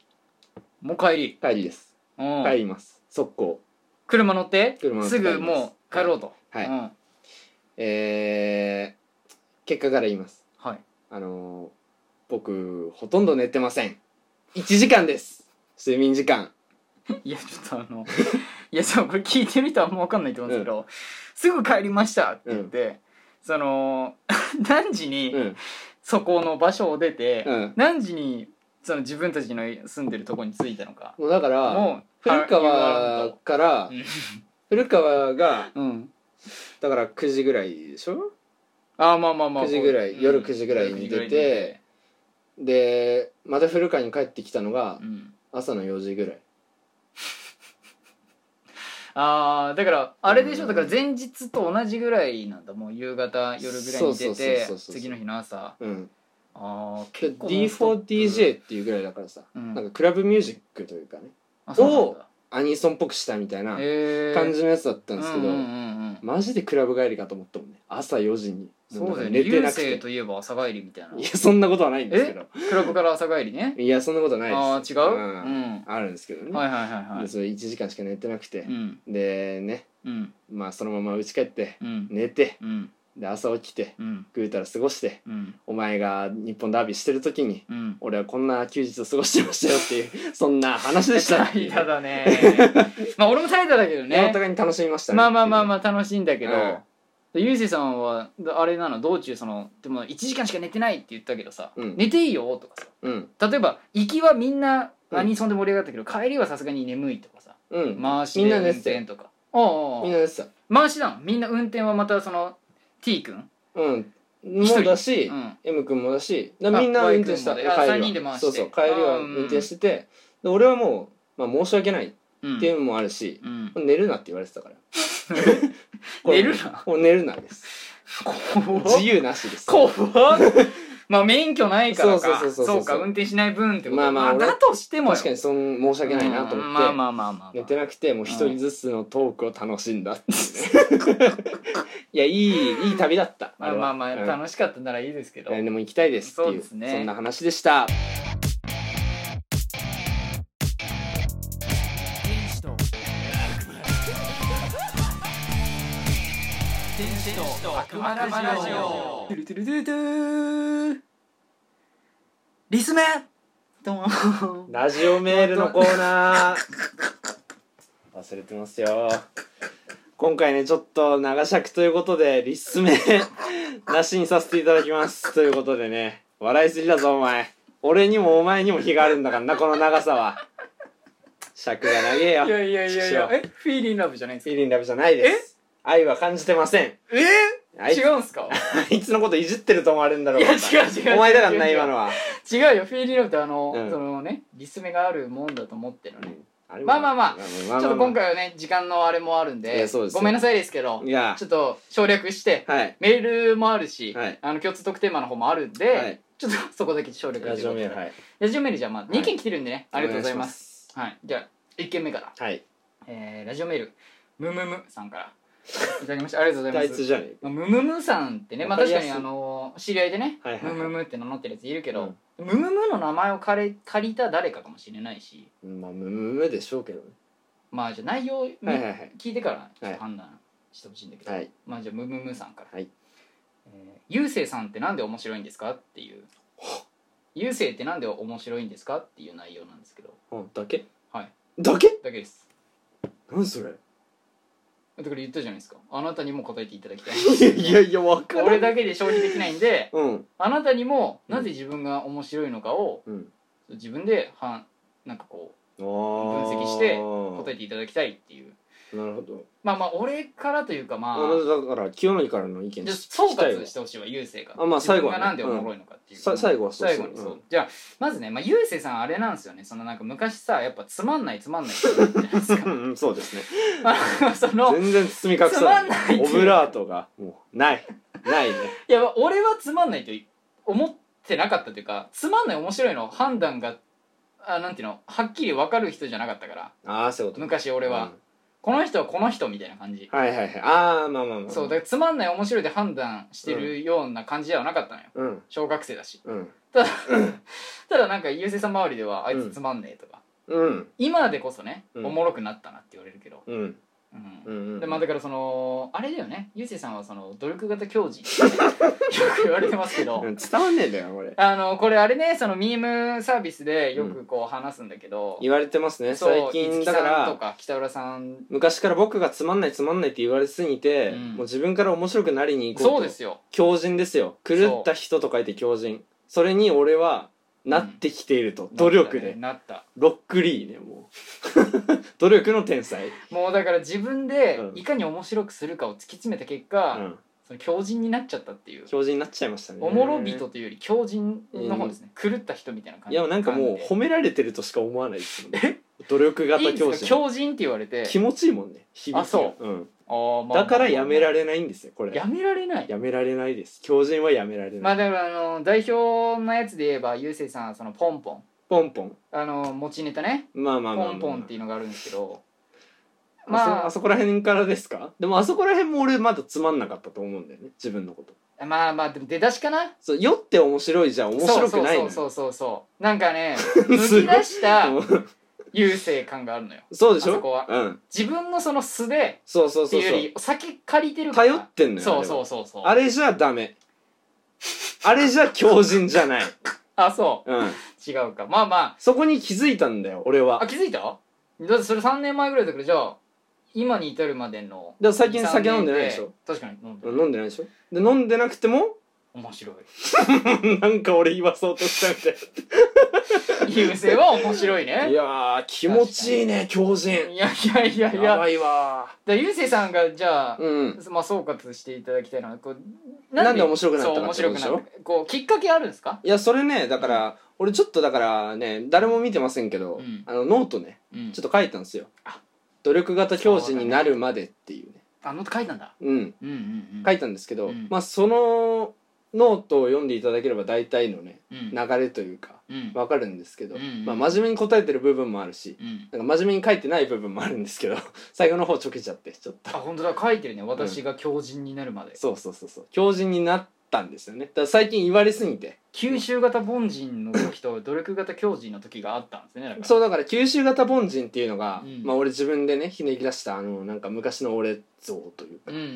A: うもう帰り、
B: 帰りです
A: うん
B: 帰ります速攻
A: 車乗って
B: 車乗って
A: すぐもう帰ろうと
B: はい
A: うん
B: えー結果から言います
A: はい、
B: あのー僕ほとんど寝てません1時間です睡眠時間
A: いやちょっとあのいやそうこれ聞いてる人はあんま分かんないと思うんですけど、すぐ帰りましたって言って、その 何時に
B: うん
A: そこの場所を出て、
B: うん
A: 何時にその自分たちの住んでるとこに着いたのか
B: もうだから
A: もう
B: 古
A: あ
B: 川から
A: 言われる
B: 古川が
A: とうん
B: だから9時ぐらいでしょ
A: あーまあまあまあ
B: 9時ぐらい
A: うん
B: 夜9時ぐらいに出てでまた古川に帰ってきたのが
A: うん
B: 朝の4時ぐらい
A: ああだからあれでしょ
B: うん
A: だから前日と同じぐらいなんだもう夕方夜ぐらいに出て
B: そうそうそうそうそう
A: 次の日の朝
B: うん
A: ああ
B: で
A: 結構ノンストップ
B: D4DJ っていうぐらいだからさ
A: うん
B: なんかクラブミュージックというかね
A: あそうなんだ
B: アニソンっぽくしたみたいな
A: へー
B: 感じのやつだったんですけど
A: うんうんうんうん
B: マジでクラブ帰りかと思ったもんね朝4時に
A: そうだよ
B: 寝
A: ね
B: て
A: 流
B: なくて
A: 星といえば朝帰りみたいない
B: やそんなことはないんですけど
A: クラブから朝帰りね
B: いやそんなことないです
A: ああ違う
B: うん
A: うん
B: あるんですけどね、
A: はいはいはいは
B: で
A: い
B: それ1時間しか寝てなくて
A: う、ん
B: でね
A: うん
B: まあそのまま家帰って
A: うん
B: 寝て
A: うん
B: で朝起きて
A: うん
B: ぐうたら過ごして
A: うん
B: お前が日本ダービーしてる時に
A: うん
B: 俺はこんな休日を過ごしてましたよっていうそんな話でしたってい
A: 怠
B: う
A: 惰だね まあ俺も怠惰だけど
B: いやお
A: ね
B: 互いに楽しみましたね
A: まあまあまあ
B: あ
A: まあ楽しいんだけど、
B: うん
A: でゆうせいさんはだあれなの道中そのでも1時間しか寝てないって言ったけどさ、
B: うん
A: 寝ていいよとかさ
B: うん
A: 例えば行きはみんな
B: うん
A: アニソンで盛り上がったけど、帰りはさすがに眠いとかさ
B: うん
A: 回し
B: みん
A: で
B: な
A: 運
B: 寝てたよ
A: 転とかおうおう
B: みんな寝てた
A: 回しなのみんな運転はまたその T 君、
B: うん
A: 人
B: もうだし、
A: うん、
B: M 君もだしだ
A: あ
B: みんな
A: Y
B: 運転した
A: 君もだあ
B: 帰りは
A: 三人で回して
B: そうそう帰りは
A: うん
B: 運転しててで俺はもう、まあ、申し訳ないっ
A: うん
B: ていうのもあるし、
A: うん、
B: 寝るなって言われてたからこ れ
A: 寝るな
B: もう寝る なです
A: 怖っ
B: 自由なしです
A: 怖っ まあ免許ないからか
B: そうそうそうそうそう
A: か運転しない分ってこと、
B: まあまあ俺
A: だとしてもよ
B: 確かにそん申し訳ないなと思って、
A: うんまあまあまあまあ、まあ、
B: 寝てなくてもう一人ずつのトークを楽しんだってい うねいやいいいい旅だった
A: まあまあまあ
B: れは
A: 楽しかったならいいですけど、
B: うん来年も行きたいですって
A: そう
B: いう
A: ですね
B: そんな話でした
C: 天使と悪魔天使と悪魔ラジオ
A: トゥルトゥルトゥルトゥーリスメどうも
B: ラジオメールのコーナー忘れてますよ今回ねちょっと長尺ということでリスメ なしにさせていただきますということでね笑いすぎだぞお前俺にもお前にも非があるんだからなこの長さは尺が長えよ
A: いやいやいやいやえフィーリンラブじゃないんですか
B: フィーリンラブじゃないです愛は感じてません
A: えー
B: はい
A: 違うんすか
B: あいつのこといじってると思われるんだろう
A: いや
B: また
A: 違う違う違う
B: お前だからな
A: 違う
B: 今のは
A: 違うよフィーリンラブってあの、
B: うん
A: そのねリスメがあるもんだと思ってるのね、
B: れも
A: まあまあまあ
B: まあ
A: ちょっと今回はね時間のあれもあるんで
B: いやそうですよ
A: ごめんなさいですけど
B: いや
A: ちょっと省略して
B: はい
A: メールもあるし、
B: はい
A: あの共通特テーマの方もあるんで、
B: はい
A: ちょっとそこだけ省略
B: ラジオメール
A: はい、
B: はい
A: ラジオメールじゃあまあ
B: い
A: 2件来てるんでね、ありがとうございます
B: す
A: はい、じゃあ1件目から、
B: はい。
A: えー、ラジオメールムムムさんからいただきましたありがとうござ
B: あ
A: い
B: い
A: ま
B: つ
A: す
B: じゃねえ。
A: まあムムムさんってねまあ
B: わかり
A: 確
B: や
A: か
B: すい
A: にあの知り合いでね、
B: はいはいはい
A: ムムムって名乗ってるやついるけど、ムムムの名前を借り借りた誰かかもしれないし
B: まあ、むむむでしょうけどね。
A: まあじゃあ内容ね、
B: はいはいはい。
A: 聞いてからちょっと判断してほしいんだけど、
B: はい。
A: まあじゃあムムムさんから、
B: はい
A: えーゆうせいさんってなんで面白いんですか?」っていう「ゆうせいってなんで面白いんですか?」っていう内容なんですけど
B: うん、だけ
A: はい。
B: だけ
A: だけです
B: 何それ
A: だから言ったじゃないですかあなたにも答えていただきたい
B: いやいやいや、わからん。
A: 俺だけで消費できないんで
B: うん。
A: あなたにもなぜ自分が面白いのかを
B: うん。
A: 自分ではんなんかこ
B: 分
A: 分析してう答
B: 答
A: えていただきたいっていう
B: え。なるほど。
A: まあまあ俺からというかま
B: あ
A: あ
B: の、だから、清則からの意見
A: じゃあ
B: 聞
A: 総
B: きたい
A: 括
B: わ
A: してほしいわ優勢が
B: あまあ最後は
A: 自分
B: ね
A: がなんでおもろいのかっていう、
B: うんさ最後はそう
A: 最後にそう、
B: うん
A: じゃあまずね、まあ、優勢さんあれなんですよねそのなんか昔さやっぱつまんないつまんないって言ってたじゃないです
B: う
A: か
B: んうん、そうですね。
A: あのその
B: 全然包み隠
A: つまんな
B: さ
A: いって
B: オブラートが、もう、ない。ないね。
A: いや俺はつまんないと思ってなかったというかつまんない面白いの判断があなんていうのはっきり分かる人じゃなかったから
B: ああ、そういうこと。
A: 昔俺は、この人はこの人みたいな感じ
B: うん。はいはいはい。ああ、まあまあまあ。
A: そうだからつまんない面白いで判断してるような感じではなかったのよ
B: うん。
A: 小学生だし
B: うん。
A: ただただなんか優勢さん周りではあいつつまんねえとか、
B: うん。
A: 今でこそね、
B: うん
A: おもろくなったなって言われるけど、
B: うん。
A: うん
B: うんうん。
A: でまあだからそのあれだよねゆうせいさんはその努力型教授ってね よく言われてますけど、
B: うん伝わんねえんだよ、これ。
A: あのこれあれねそのミームサービスでよくこう話すんだけど、
B: 言われてますね
A: そう
B: 最近
A: 五木さ
B: だ
A: ん
B: から
A: とか北浦さん
B: 昔から僕がつまんないつまんないって言われすぎて、
A: うん
B: もう自分から面白くなりに行こうと
A: そうですよ
B: 狂人ですよ狂った人と書いて狂人それに俺はなってきていると、努力で、
A: なった,、
B: ロックリーねもう 努力の天才、
A: もうだから自分で
B: うん
A: いかに面白くするかを突き詰めた結果、
B: うん、
A: その強人になっちゃったっていう
B: 狂人になっちゃいましたね
A: おもろ人というより強人の方ですね、狂った人みたいな感
B: い
A: じ
B: やなんかもう褒められてるとしか思わないですよね努力
A: いい
B: 型
A: んで
B: 狂
A: すか
B: 人
A: 強人って言われて
B: 気持ちいいもんね響きが、
A: あそう
B: ん、
A: あーまあ
B: だからやめら
A: れ
B: れないんですよこれ
A: やめられない
B: やめられないです狂人はやめられない、
A: まあだからあの代表のやつで言えばゆうせいさんはそのポンポン
B: ポンポン
A: あの持ちネタね
B: まあまあまあまあ
A: ポンポンっていうのがあるんですけど
B: まあ
A: ま
B: そあそこら辺からですかでもあそこら辺も俺まだつまんなかったと思うんだよね自分のこと
A: あまあまあでも出だしかな
B: そう酔って面白いじゃ面白くない
A: そ
B: の
A: う
B: よそ
A: そううそうそうそうなんか ね
B: ごい
A: 抜き出した
B: う
A: 優勢感があるのよ
B: でし
A: あ
B: ょ
A: そこは
B: うん、
A: 自分のその素で
B: そうそう
A: って
B: そう
A: いうよ
B: そ
A: り
B: う
A: 先借りてるから
B: 頼ってんのよ
A: そうそううそうそう
B: あれじゃダメあれじゃ狂人じゃない、
A: あそ
B: うん、
A: う違うかまあまあ
B: そこに気づいたんだよ俺は
A: あ気づいただってそれ3年前ぐらいだからじゃあ今に至るまでの
B: でも最近
A: 2-3
B: 酒飲んでないでしょ
A: 確かに飲んでる
B: 飲んでないでしょで飲んでなくても
A: 面白い
B: なんか俺言わそうとしたみたい
A: 優勢は面白い
B: な
A: ね
B: いやー気持ちいいね狂人
A: いやいやいやいや
B: やばいわ
A: だ優勢さんがじゃあ、
B: ーうん
A: まあ、総括していただきたいのはこう
B: なんで面白くなったか
A: そう面白く
B: ってこ
A: な
B: と
A: ったこうきっかけあるんですか
B: いやそれねだから、俺ちょっとだからね誰も見てませんけど、
A: うん
B: あのノートね
A: うん
B: ちょっと書いたんですよ
A: あ
B: 努力型教師になるまでっていうね
A: あの書いたんだ
B: うん
A: うんうんうん
B: 書いたんですけど、
A: うん
B: まあそのノートを読んでいただければ大体のね
A: うん
B: 流れというか
A: うん
B: わかるんですけど、
A: うんうん
B: まあ、真面目に答えてる部分もあるし
A: うん
B: なんか真面目に書いてない部分もあるんですけど 最後の方ちょけちゃってちょっ
A: あ
B: と
A: 本当だ書いてるね私が狂人になるまで、
B: そうそうそうそう狂人になっったんですよねだから最近言われすぎて
A: 九州型凡人の時と努力型狂人の時があったんですねだから
B: そうだから九州型凡人っていうのが、
A: うん
B: まあ、俺自分でねひねり出したあのなんか昔の俺像という
A: う
B: か、
A: んうんうんう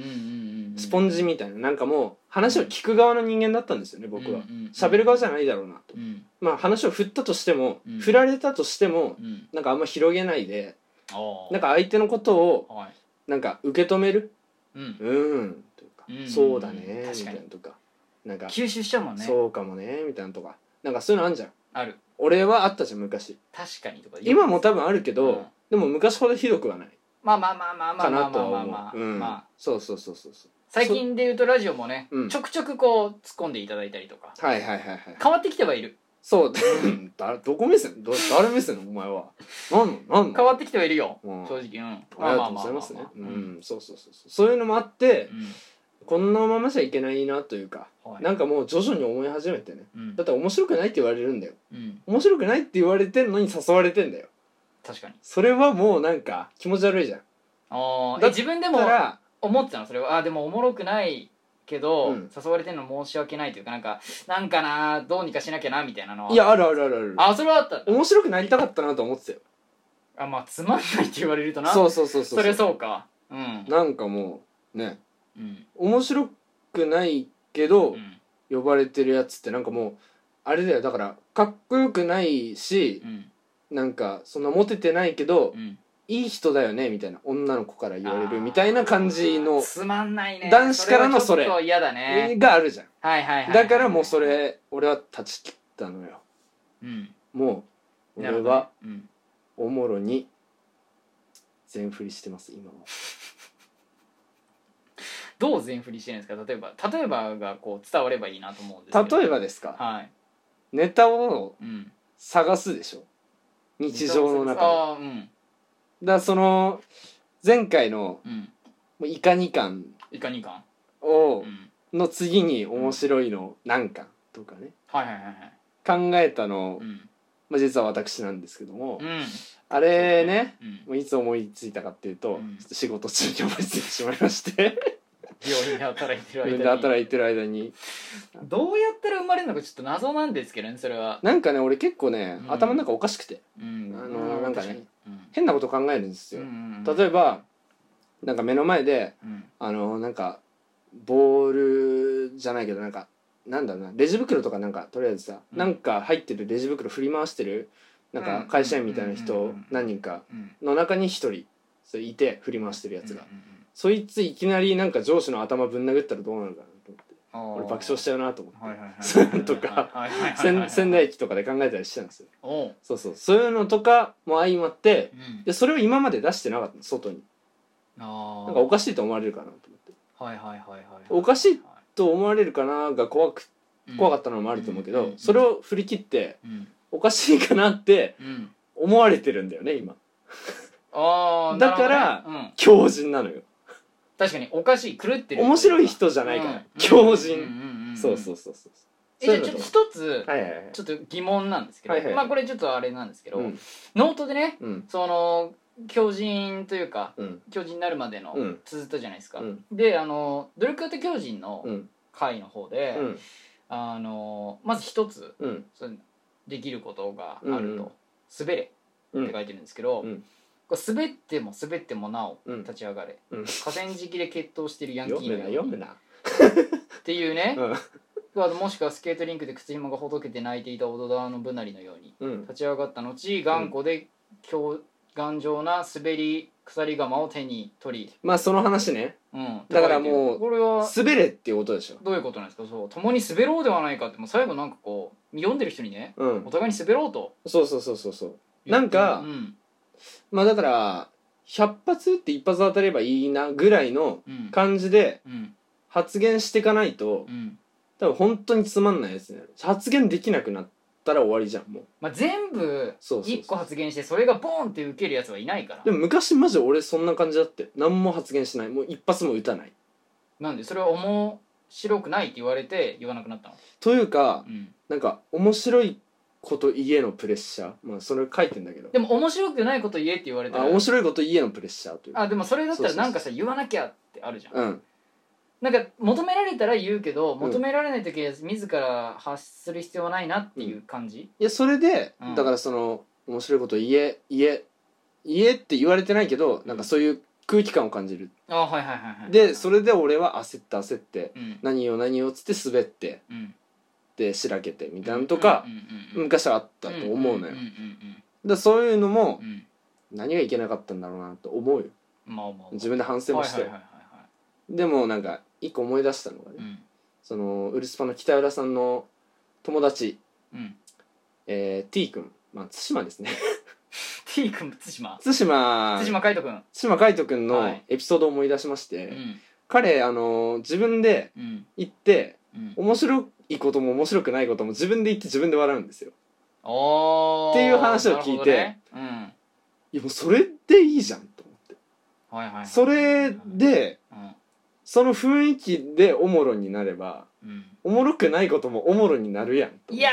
A: ん
B: スポンジみたいななんかもう話を聞く側の人間だったんですよね僕は
A: うんうんうん
B: 喋、る側じゃないだろうなと、
A: うん
B: まあ話を振ったとしても、
A: うん
B: 振られたとしても
A: うん
B: なんかあんま広げないで
A: ああ
B: なんか相手のことを
A: はい
B: なんか受け止める
A: うん
B: うーんというか、
A: うん
B: そうだねみ
A: 確
B: た
A: か
B: い
A: に
B: なとかなんか
A: 吸収しちゃうもんね
B: そうかもねみたいなとかなんかそういうのあんじゃん
A: ある
B: 俺はあったじゃん昔
A: 確かにとか言う
B: 今も多分あるけど、
A: うん
B: でも昔ほどひどくはない
A: まあまあまあまあま
B: か
A: あま
B: な
A: あ
B: と
A: ま
B: は
A: あ
B: 思う、
A: まあまあ
B: うん
A: まあ
B: そうそうそうそうそ
A: 最近で言うとラジオもね
B: うん
A: ちょくちょくこう突っ込んでいただいたりとか
B: うはいはいはいはい
A: 変わってきてはいる
B: そうだ どこ目線ど誰目線のお前はなんのなんの
A: 変わってきてはいるよ
B: うん
A: 正直うん
B: ありがとうございますね
A: まあ
B: う
A: まあまあまあ
B: んそうそうそうそうそういうのもあって
A: うん
B: こんなままじゃいけないなというか
A: はい
B: なんかもう徐々に思い始めてね
A: うん
B: だって面白くないって言われるんだよ
A: うん
B: 面白くないって言われてんのに誘われてんだよ
A: 確かに
B: それはもうなんか気持ち悪いじゃん
A: ああ
B: だ
A: え自分で
B: だ
A: も
B: から
A: 思ってたのそれはあでもおもろくないけど、
B: うん
A: 誘われてるの申し訳ないというかなんかなんかなどうにかしなきゃなみたいなのはい
B: やあるあるあるある
A: あそれはあったんだ
B: 面白くなりたかったなと思ってたよ
A: あまあつまんないって言われるとな
B: そううそうそうそう
A: れそうかうん
B: なんかもうね
A: うん
B: 面白くないけど
A: うん
B: 呼ばれてるやつってなんかもうあれだよだからかっこよくないし
A: うん
B: なんかそんなモテてないけど
A: うん
B: いい人だよねみたいな女の子から言われ
A: あー
B: るみたいな感じの
A: つまんないね
B: 男子からのそれ
A: それはちょっと嫌だね
B: があるじゃん
A: はいはいはい
B: だからもうそれ俺は断ち切ったのよ
A: うん
B: もう
A: な
B: 俺
A: るほど
B: は
A: ねうん
B: おもろに全振りしてます今は
A: どう全振りしてるんですか例えば例えばがこう伝わればいいなと思うんですけど
B: 例えばですか
A: はい
B: ネタを
A: うん
B: 探すでしょ日常の中で
A: ああーうん
B: だからその前回の
A: うん
B: もうイカ2巻
A: いかにいかんう
B: を
A: ん
B: の次に面白いの何巻とかね
A: はいはいはいはい
B: 考えたの
A: う、ん
B: まあ、実は私なんですけども
A: うん
B: あれね
A: うん
B: もういつ思いついたかっていうと、
A: うん
B: ちょっと仕事中に思いついてしまいまして
A: 病院で働いてる間
B: 自分
A: に
B: で働いてる間に
A: どうやったら生まれるのかちょっと謎なんですけどねそれは、
B: なんかね俺結構ね、
A: うん
B: 頭の中おかしくて
A: うん
B: あのーなんかね、
A: うん
B: 変なこと考えるんですよ、例えばなんか目の前で
A: うん
B: あのなんかボールじゃないけどなんかなんだろうなレジ袋とかなんかとりあえずさ、
A: うん
B: なんか入ってるレジ袋振り回してるなんか
A: うん
B: 会社員みたいな
A: うんうん
B: 人
A: うん
B: 何人か
A: うんうん
B: の中に一人そういて振り回してるや
A: う
B: つが、
A: んうん
B: そいついきなりなんか上司の頭ぶん殴ったらどうなるかなと思って
A: あー
B: 俺爆笑しちゃうなと思って、
A: はいはいはい
B: そういうの とか
A: はいはいはいはい
B: 仙仙台駅とかで考えたりしてたんですよ
A: おう
B: そうそうそういうのとかも相まって
A: うん
B: でそれを今まで出してなかったの外に
A: あ
B: なんかお
A: ー
B: かしいと思われるかなと思って
A: はいはいはいはい
B: おかしいと思われるかなが怖く怖かったのもあると思うけど、
A: うんうん
B: それを振り切って
A: たうん
B: おかしいかなって
A: うん
B: 思われてるんだよね今
A: あー
B: だから
A: なるほどねうん
B: 強人なのよ
A: 確かにおかしい狂ってる
B: 面白い人じゃないから、強人、そうそううそうそう
A: え
B: そ
A: じゃ
B: うい
A: あ
B: う
A: ちょっと
B: のとか
A: 一つ
B: はいはいはい
A: ちょっと疑問なんですけど
B: はいはいはい
A: まあこれちょっとあれなんですけど
B: うん
A: ノートでね
B: うん
A: その狂人というか
B: うん
A: 狂人になるまでの
B: うん
A: 綴ったじゃないですか、
B: うん
A: であの努力型狂人の
B: うん
A: 会の方で、
B: うん
A: あのまず一つ
B: うん
A: そのできることがあると「
B: うんうん
A: 滑れ」
B: う
A: って
B: ん
A: 書いてるんですけど、
B: うん
A: これ滑っても滑ってもなお
B: うん
A: 立ち上がれ、
B: うん
A: 河川敷で決闘してるヤンキ
B: 読む
A: ー
B: な
A: のよ
B: 読
A: うに
B: む
A: っ
B: な
A: ていうね、
B: うん
A: あともしくはスケートリンクで靴紐がほどけて泣いていた小田のぶなりのように
B: うん
A: 立ち上がった後頑固で強頑丈な滑り鎖釜を手に取り、
B: まあその話ね
A: うん、
B: だからもう
A: これは
B: 滑れっていうことでしょ
A: どういうことなんですかそう共に滑ろうではないかってもう最後なんかこう読んでる人にね
B: うん
A: お互いに滑ろうと
B: そうそうそうそうそう
A: 言って
B: なんか
A: うん
B: まあだから100発打って一発当たればいいなぐらいの
A: うん
B: 感じで
A: うん
B: 発言していかないと、
A: うん
B: 多分本当につまんないやつになる発言できなくなったら終わりじゃんもう
A: まあ全部
B: そうそうそう
A: 一個発言してそれがボーンって受けるやつはいないから
B: でも昔マジで俺そんな感じだって何も発言しないもう一発も打たない
A: なんでそれは面白くないって言われて言わなくなったの
B: というか
A: うん
B: なんか面白いこと家のプレッシャーまあそれ書いてんだけど
A: でも面白くないこと言えって言われた
B: あ
A: ら
B: 面白いこと家のプレッシャーというか
A: あでもそれだったら
B: そうそうそう
A: なんかさ言わなきゃってあるじゃん
B: うん
A: なんか求められたら言うけど求められない時は自ら発する必要はないなっていう感じ、
B: いやそれで、
A: うん
B: だからその面白いこと言え言え言えって言われてないけどなんかそういう空気感を感じる、
A: あはいはいはいはい
B: でそれで俺は焦って焦って
A: うん
B: 何を何をっつって滑って
A: うん
B: でしらけてみたいなのとか
A: う、んうんうん
B: 昔はあったと思うの
A: んん
B: よ、だか
A: ん
B: らそういうのも
A: うんうん
B: 何がいけなかったんだろうなと思うよ
A: まあまあまあ
B: 自分で反省もして、
A: はいはいはいはいは
B: でもなんか一個思い出したのがね、
A: いうん
B: そのウルスパの北浦さんの友達、
A: うん
B: えー、T 君まあ対馬ですね
A: T 君対馬
B: 対馬
A: 対馬海斗君
B: 対馬海斗君
A: は
B: の
A: い
B: エピソードを思い出しまして、
A: うん
B: 彼あの自分で
A: うん
B: 行って
A: うん
B: 面白いことも面白くないことも自分で言って自分で笑うんですよ
A: おー
B: っていう話を聞
A: なるほ
B: いて
A: どね
B: いやもうそれでいいじゃんと思って
A: うんはいはいはい
B: それで
A: うん
B: その雰囲気でおもろになれば
A: うん
B: おもろくないこともおもろになるやんと思って
A: いや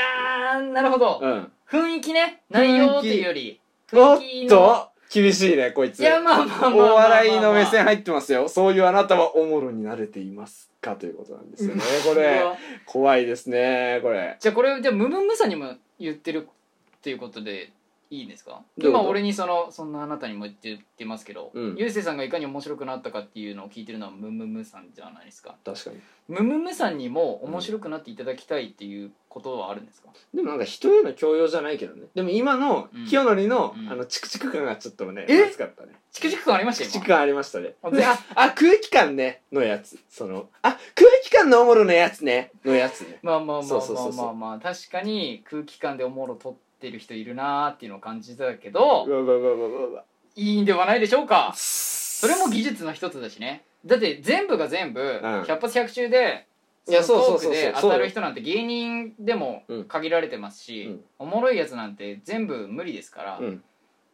A: ーなるほど
B: うん
A: 雰囲気ね内容っていうより
B: おっ
A: 雰囲気の
B: と厳しいねこいつ
A: いやまあまあまあ
B: お
A: まあ
B: 笑いの目線入ってますよそういうあなたはおもろになれていますかということなんですよねこ
A: う
B: れ
A: わ
B: 怖いですねこれ
A: じゃあこれじゃあムムムさんにも言ってるっていうことでいいんですか
B: どういうこ
A: 今
B: と
A: 俺にそのそんなあなたにも言って言ってますけど、
B: うん
A: ゆうせいさんがいかに面白くなったかっていうのを聞いてるのはムムムさんじゃないですか
B: 確かに
A: ムムムさんにも面白くなっていただきたいっていうことはあるんですか、
B: でもなんか人への教養じゃないけどねでも今の
A: うん
B: 清則の、
A: うん
B: あのチクチク感がちょっとね
A: え
B: 熱かったね
A: チクチク感ありまし
B: チク
A: た
B: チ
A: よ
B: ク感ありましたね
A: あ
B: でああ空気感ねのやつそのあ空気感のおもろのやつねのやつね
A: 今まあまあま
B: そう
A: あ
B: そう
A: ま
B: そ
A: あ
B: うそう
A: まあまあ確かに空気感でおもろ取ってる人いるなーっていうのを感じてたけど
B: うわうわうわうわうわ
A: いいんではないでしょうか
B: そ
A: それも技術の一つだしねだって全部が全部
B: ん
A: 100発100中で
B: いや
A: その
B: そう
A: ト
B: そうそうそう
A: ークで
B: そ
A: 当
B: うよ
A: たる人なんて芸人でも
B: うん
A: 限られてますし、
B: うん
A: おもろいやつなんて全部無理ですから、
B: うん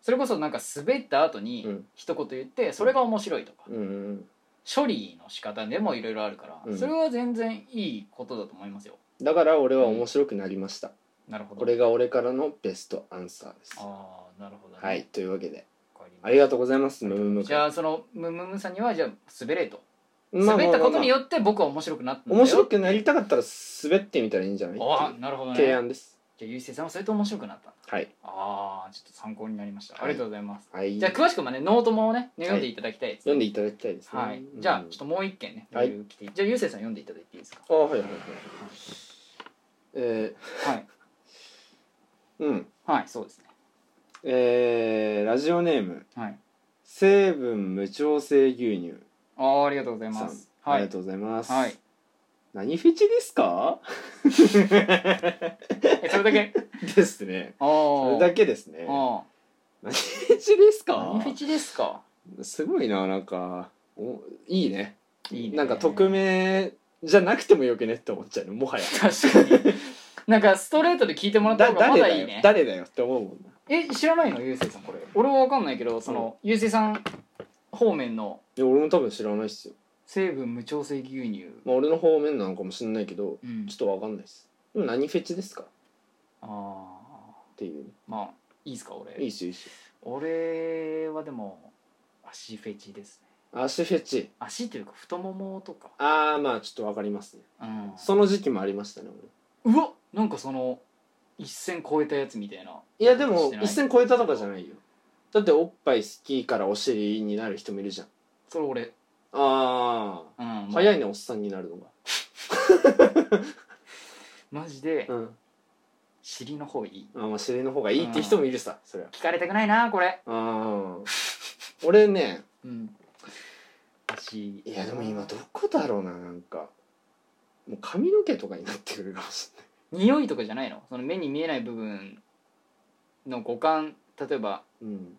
A: それこそなんか滑った後
B: う
A: に
B: ん
A: 一言言ってそれが面白いとか、
B: うんうん
A: 処理の仕方でもいろいろあるから、
B: うん
A: それは全然いいことだと思いますよ
B: だから俺は面白くなりました
A: なるほど
B: これが俺からのベストアンサーです
A: ああなるほどね
B: はいというわけで
A: わかりました
B: ありがとうございますムムム
A: じゃあそのムムムさんにはじゃあ滑れと
B: まあ
A: 滑ったことに
B: まあまあ
A: よって僕は面白くなったんだよ
B: 面白くなりたかったら滑ってみたらいいんじゃない
A: ああなるほどね
B: 提案です
A: じゃあゆうせいさんはそれと面白くなったんだ
B: はい
A: ああちょっと参考になりました、
B: はい
A: ありがとうございます
B: はい
A: じゃあ詳しくもねノートもねね
B: は
A: 読
B: い
A: んでいただきたいですね、
B: 読んでいただきたいですね
A: はい、じゃあ
B: うん
A: ちょっともう一件ね、
B: はい
A: メール来てじゃあゆうせいさん読んでいただいていいですか
B: あはいはいはいえ
A: はい
B: ー、うん
A: はいそうですね
B: えー、ラジオネーム
A: はい
B: 成分無調整牛乳
A: あーありがとうござい
B: さ
A: ま
B: ん
A: す
B: あ
A: は
B: りが
A: い
B: とうございます
A: はい
B: 何フェチですか
A: えそれだ け
B: ですね
A: ああ
B: それだけですね
A: あ
B: 何フェチです
A: あ
B: か
A: 何フェチですか
B: すごいななんかおいいね
A: いいね
B: なんか匿名じゃなくてもよくねって思っちゃうのもはや
A: 確かになんかストレートで聞いてもらった
B: だ
A: 方がま
B: 誰
A: だ
B: だ
A: いい
B: よ、
A: ね
B: 誰だよって思うもんな
A: え知らないのゆうせいさんこれ俺は分かんないけどその、ゆうせいさん方面の
B: いや俺も多分知らないっすよ、
A: 成分無調整牛乳、
B: まあ、俺の方面なのかもしれないけど
A: うん
B: ちょっとわかんないっすでも何フェチですかっ
A: ああ
B: ていうね
A: まあいいですか俺
B: いいっすよいいっすよ
A: 俺はでも足フェチですね
B: 足フェチ
A: 足というか太ももとか、
B: ああまあちょっとわかりますね
A: うん、
B: その時期もありましたね俺
A: うわなんかその一線超えたやつみたいないい
B: やでも一線超えたとかじゃ
A: い
B: ないよだっておっぱい好きからお尻になる人もいるじゃん
A: それ俺、
B: あ
A: うん
B: あ
A: ま
B: 早いねおっさんになるのが
A: マジで
B: うん
A: 尻の方いい
B: あーまあ尻の方がいいって人もいるさそりゃ
A: 聞かれたくないなこれ
B: うん 俺ね
A: うん足
B: いやでも今どこだろうななんかもう髪の毛とかになってくるかもしれない
A: 匂いとかじゃないのその目に見えない部分の五感例えば
B: うん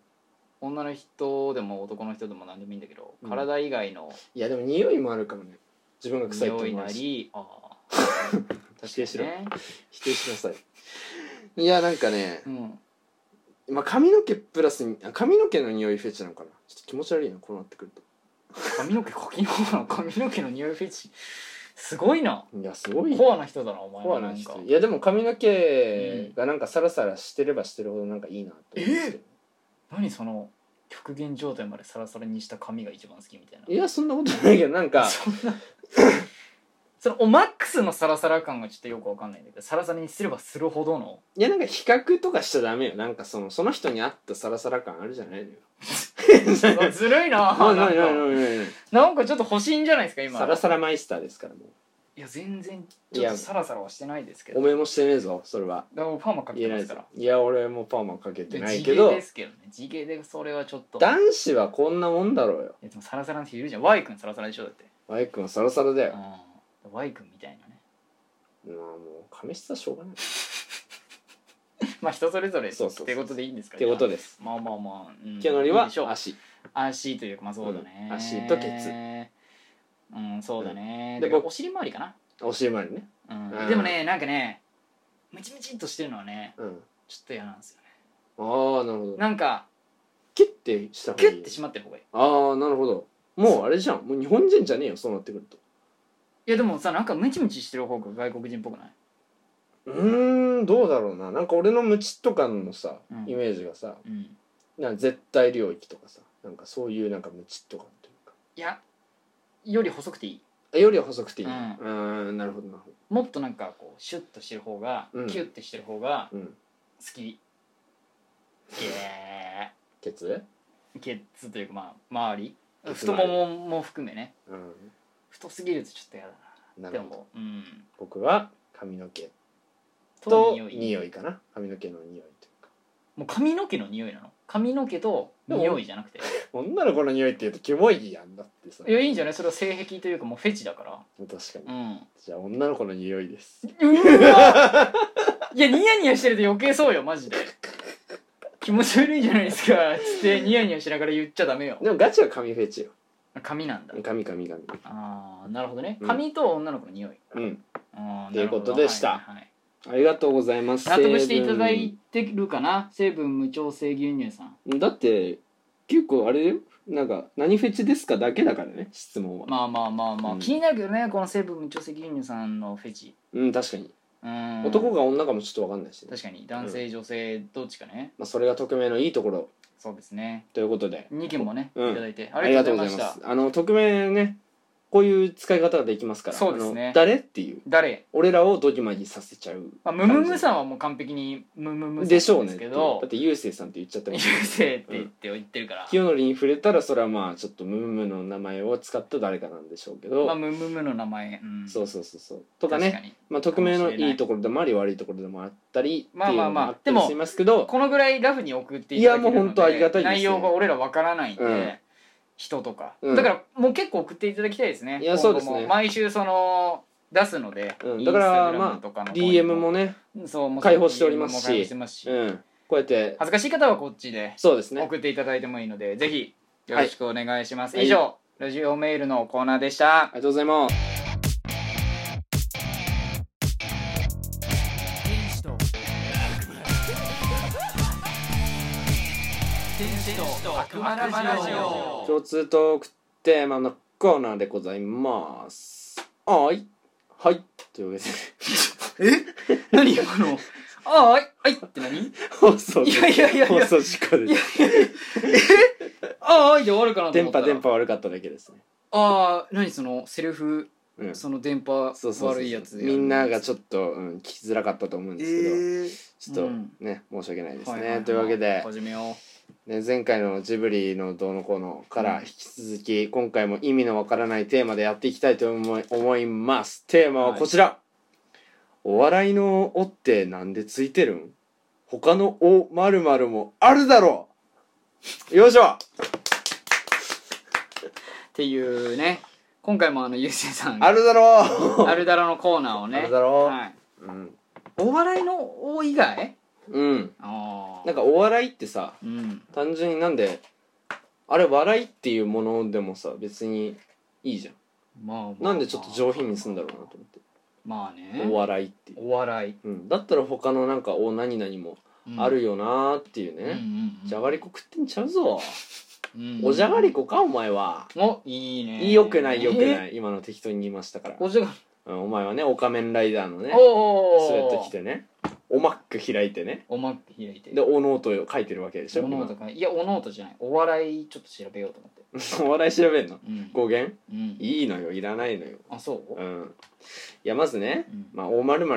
A: 女の人でも男の人でも何でもいいんだけど、
B: うん
A: 体以外の
B: いやでも匂いもあるかもね自分が臭いって
A: 匂い
B: 思
A: な
B: うし
A: りああ
B: 否定しろ
A: ね
B: 否定しなさいいやなんかね
A: う、ん
B: まあ、髪の毛プラスあ髪の毛の匂いフェチなのかなちょっと気持ち悪いなこうなってくる
A: 髪の毛かきの方の髪の毛の匂いフェチすごいな
B: といやすごい
A: コアな人だなお前
B: コア
A: は
B: なん
A: か
B: 人いやでも髪の毛がなんかサラサラしてればしてるほどなんかいいなって思うんですけど
A: 何その極限状態までサラサラにした髪が一番好きみたいない
B: やそんなことないけどなんか
A: そんなそのおマックスのサラサラ感がちょっとよくわかんないんだけどサラサラにすればするほど の
B: いやなんか比較とかしちゃダメよなんかそのその人に合ったサラサラ感あるじゃないのよ
A: ずるいな
B: な
A: ぁ
B: いな
A: ないん
B: ない
A: か
B: ないない
A: なんかちょっと欲しいんじゃないですか今
B: サラサラマイスターですからも
A: いや全然
B: い
A: ちょっ
B: や
A: とサラサラはしてないですけ
B: うお
A: どだか
B: めえもしてねえぞそれは
A: らもうパーマかけ
B: 言
A: て
B: えな
A: ま
B: い
A: す
B: ぞ
A: から
B: いや俺もパーマかけて
A: で
B: ない
A: 地
B: け
A: 毛
B: ど
A: ですけどね地毛でそれはちょっといや
B: 男子はこんなもんだろうよ
A: でもサラサラの人いるじゃん Y 君サラサラでしょだって
B: ワイ君はサラサラだよ、
A: うん Y 君みたいなね
B: まあもう髪質はしょうがないっ
A: まあ人それぞれ
B: そうそうそ
A: っ
B: う
A: てことでいいんですか
B: てこと
A: で
B: です
A: まあまあまあ、うん、
B: 毛のり
A: いい
B: は
A: でしょう
B: 足
A: 足というかまあそうだね、
B: うん足とケツ
A: うんそうだね、
B: う
A: で
B: んで
A: お尻周りかな、
B: お尻周りね
A: うん
B: うん
A: でもねなんかねムチムチっとしてるのはね
B: うん
A: ちょっと嫌なんですよね
B: ああなるほど
A: なんか
B: キュッてした方
A: キ
B: がいい
A: ュッてしまってる方がいい
B: ああなるほどもうあれじゃんもう日本人じゃねえよそうなってくると
A: いやでもさなんかムチムチしてる方が外国人っぽくないう
B: ーんどうだろうななんか俺のムチとかのさ、
A: うん
B: イメージがさ
A: うん
B: なんか絶対領域とかさなんかそういうなんかムチとかっていうか
A: いやより細くていい
B: あよりは細くていい、
A: う
B: うんーんなるほどなるほ
A: もっとなんかこうシュッとしてる方が、
B: うん
A: キュッてしてる方が
B: どうん
A: 好きえ
B: ケツ
A: ーケツというかまあ周り
B: ケツ
A: 太
B: 周り
A: ももも含めね
B: うん
A: 太すぎるとちょっと嫌だ
B: な
A: なで
B: るほど
A: もうん
B: 僕は髪の毛
A: と
B: と
A: 匂い
B: 匂いかな髪の毛の匂いというか
A: もう髪の毛の匂いなの髪の毛と匂 いじゃなくて
B: 女の子の匂いって言うとキモいやんだってさ
A: いやいいんじゃないそれは性癖というかもうフェチだから
B: 確か
A: う
B: に
A: ん
B: じゃあ女の子の匂いです
A: うわいやニヤニヤしてると余計そうよマジで気持ち悪いじゃないですかつってニヤニヤしながら言っちゃダメよ
B: でもガチは髪フェチよ
A: 髪なんだ
B: 髪髪髪
A: ああなるほどね
B: うん
A: 髪と女の子の匂い
B: うん
A: あー
B: ということでした
A: なるほどはいはいはい
B: ありがとうございます
A: 納得していただいてるかな成分無調整牛乳さん
B: だって結構あれだよなんか何フェチですかだけだからね質問は、
A: まあまあまあまあ、
B: うん
A: 気になるけどねこの成分無調整牛乳さんのフェチ
B: うん確かに、
A: うん
B: 男が女かもちょっと分かんないし、ね
A: 確かに男性、女性どっちかね
B: まあ、それが匿名のいいところ
A: そうですね
B: ということで
A: 2件もね、
B: うん
A: いただいて
B: あ
A: あ
B: り
A: り
B: が
A: が
B: と
A: とう
B: うご
A: ご
B: ざ
A: ざい
B: い
A: ま
B: ま
A: し
B: す
A: た
B: あの匿名ねこういう使い方ができますから
A: そうですね
B: あの誰っていう
A: 誰、
B: 俺らをドギマギさせちゃう
A: まあ、ムムムさんはもう完璧にムムムさん
B: でしょう
A: で
B: ね
A: すけ
B: だ
A: ど
B: ってゆうせいさんって言っちゃったもん
A: 優勢って言って言ってるから、
B: 清則に触れたらそれはまあちょっとムームーの名前を使った誰かなんでしょうけど、
A: まあ、ムムムの名前、うん、
B: そうそうそうそうとか
A: 確
B: ね
A: かに
B: まあ、匿名
A: かも
B: の
A: しれない
B: いいところでもあり悪いところでもあったりって
A: まあ
B: いう
A: まあ
B: のも
A: まあ
B: あったりしますけど、
A: このぐらいラフに送っていただけるので
B: いやもう本当ありがたいですね
A: 内容が俺らわからないんで、
B: うん
A: 人とか、
B: うん
A: だからもう結構送っていただきたいですね
B: いやそうですね
A: 今後も毎週その出すので、
B: うんだからま
A: Instagram とか
B: あ
A: の方に
B: DM もね、
A: そうもちろん
B: 開放しておりますし
A: DM も開放してますし
B: うん、こうやって
A: 恥ずかしい方はこっちで
B: そうですね
A: 送っていただいてもいいので、ぜひよろしくお願いします、
B: はい
A: 以上ラジオメールのコーナーでした
B: ありがとうございます
C: 天使と天使と悪魔ラジオ
B: 共通トークテーマのコーナーでございますはいはいというわけで
A: 何今のあーはいはいって何
B: 放送
A: いやいやいやいや
B: 放送事故です
A: あーはいで終わるかなと思
B: 電
A: った
B: 波
A: ら
B: 電波悪かっただけですね、
A: ああ何そのセルフ
B: うん、
A: その電波
B: そうそうそう
A: 悪いやつ
B: みんながち
A: ょっ
B: ょっと、うん、聞きづらかったと思うん
A: と
B: ですけ
A: で
B: ど、ちょっと
A: うん
B: ね、申し訳ないですね、というわけで、
A: 始めよ
B: ね、前回のジブリのどうのこうのか
A: う
B: ら
A: ん
B: 引き続き、今回も意味のわからないテーマでやっていきたいと思い思いますテーマはこちら、お笑いの「お」ってなんでついてるん他の「お」まるまるもあるだろうよいしょ
A: うっていうね今回もあのゆうせいさん
B: あるだろう
A: あるだろのコーナーをね
B: あるだろ
A: はい
B: うん、
A: お笑いの「お」以外
B: うん、
A: あ
B: な
A: あ
B: んかお笑いってさ
A: うん
B: 単純になんであれ笑いっていうものでもさ別にいいじゃん
A: まあまあ
B: なんでちょっと上品にすんだろうなと思って
A: まあね
B: お笑いっていう、
A: お笑い
B: うん、だったら他のなんかお何々もあるよなーっていうね、じゃがりこ食ってんちゃうぞ、おじゃがり
A: こ
B: こかお前は、
A: おいいね
B: よくないよく
A: い
B: ない今の適当に言いましたから、
A: おじゃが
B: うんお前はねお仮面ライダーのね
A: お
B: スウェット
A: お
B: 着てねおマック開いてね
A: おまく開いて
B: でおノートを書いてるわけでしょ
A: おノートかいやおノートじゃないお笑いちょっと調べようと思って
B: 今 お笑い調べんの
A: うん、
B: 語源
A: うん、
B: いいのよいらないのよ
A: あそう、
B: うんいやまずね
A: うん
B: まあ大丸々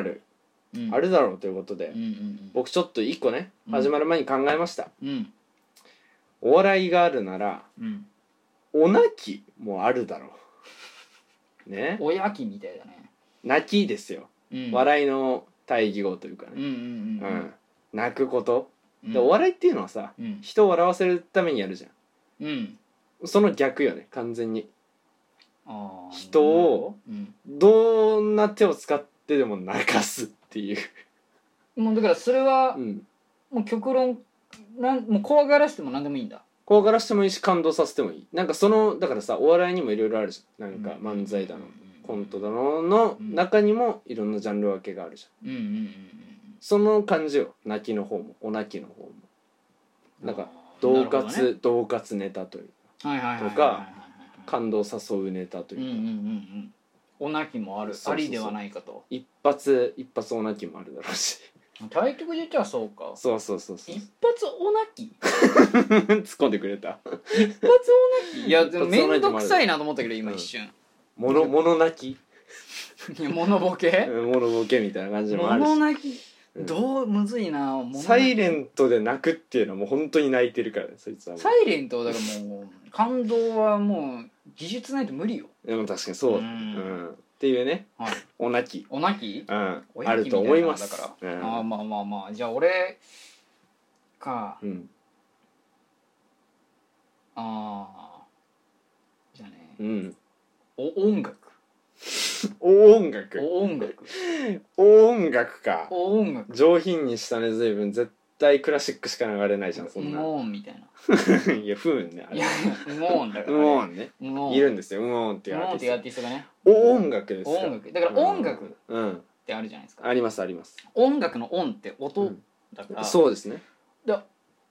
A: うん、
B: あるだろうということで、
A: うんうん
B: 僕ちょっと一個ね
A: うん
B: 始まる前に考えました、
A: うんうん
B: お笑いがあるなら
A: うん
B: おなきもあるだろうね
A: おやきみたいだね、
B: 泣きですよ、
A: うん、
B: 笑いの対義語というか
A: うん
B: ね、
A: うん
B: うん
A: うんうん
B: 泣くこと、
A: うん
B: でお笑いっていうのはさ
A: うん
B: 人を笑わせるためにやるじゃ
A: うん
B: んその逆よね完全に
A: あー
B: 人を、
A: うん、
B: どんな手を使ってでも泣かすっていう、
A: もうだからそれは
B: うん、
A: もう極論なんもう怖がらせても何でもいいんだ
B: 怖がらしてもいいし感動させてもいいなんかそのだからさお笑いにもいろいろあるじゃんなんか漫才だの、コントだのの
A: うん
B: 中にもいろんなジャンル分けがあるじゃん
A: うんうんうん
B: その感じよ泣きの方もお泣きの方も
A: うん
B: なんか
A: あー
B: 同
A: なるほどね
B: 活同活ネタという
A: はいはいはいはいはい
B: とか感動誘うネタと
A: うんうんう
B: いうか、
A: んうんおなきもある
B: そうそうそう
A: ありではないかと
B: 一発一発お泣きもあるだろ うし
A: 対局で言ったらそうか
B: そうそうそうそう
A: 一発おなき一
B: 突っ込んでくれた
A: 発おなきいやでも
B: 一発おな
A: 面
B: きもある
A: 倒くさいなと思ったけど今
B: うん
A: 一瞬
B: 物物泣き
A: いや物ボケ
B: うん物ボケみたいな感じもあるし
A: 物なき
B: うん
A: どうむずいな物なき
B: サイレントで泣くっていうのはもう本当に泣いてるからねそいつはも
A: サイレントだからもう感動はもう技術ないと無理よ
B: うでも確かにそう、う
A: うんん
B: っていうね
A: はい
B: お泣き、
A: おなき
B: うん、あ
A: おやき
B: る
A: み
B: と
A: た
B: 思い
A: な
B: ま
A: の
B: す
A: だか
B: う
A: ら、
B: ん
A: あーまあまあまあじゃあ俺か
B: うん
A: あーじゃあね
B: うん、
A: お音楽
B: お音楽
A: お音楽
B: お音楽か
A: お音楽
B: 上品にしたね随分絶対クラシックしか流れないじゃんそんな
A: 無音みたいない
B: や不運ねあ
A: い
B: れ
A: や無音だか
B: う
A: ら
B: お
A: ね
B: んね
A: 無音
B: いるんですようおんって
A: 無
B: いうア
A: 音
B: ー
A: って
B: テ
A: いうアー
B: ィス
A: ティストがね
B: トお音楽です
A: お
B: か
A: 音楽だから音楽っ
B: うんうん
A: てあるじゃないですか
B: ありますあります
A: 音楽の音って
B: う
A: 音
B: ん
A: だから、
B: そうですね
A: で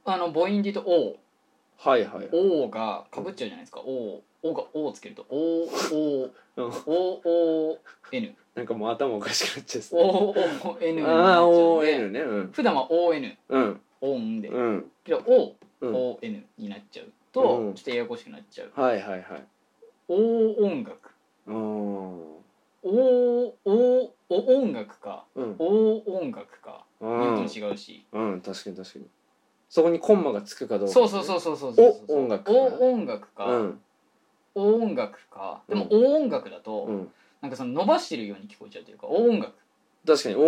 A: あの母音で言うとお
B: はいはい
A: おがかぶっちゃうじゃないですかおおがおをつけるとおお
B: う
A: お
B: ん
A: お N
B: なんかもう頭おかしくなっちゃうっす
A: お
B: ね
A: お N になっちゃうんで
B: ああ ON ねうん
A: 普段は ON
B: うん
A: オンで
B: うん
A: けど O、
B: うん
A: ON になっちゃうと、
B: うん
A: ちょっとややこしくなっちゃう
B: はいはいはい
A: お音楽
B: うん
A: おおお音楽か
B: うん
A: お音楽か
B: う
A: 言うんと違うし、
B: うん確かに確かにそこにコンマがつくかどうか
A: そうそうそうそうそうそうそう
B: お音楽か
A: お音楽か、
B: うん
A: お音楽かでも、
B: う
A: お音楽だと、
B: うん
A: なんかその伸ばしてるように聞こえちゃうというかお音楽
B: 確かにおお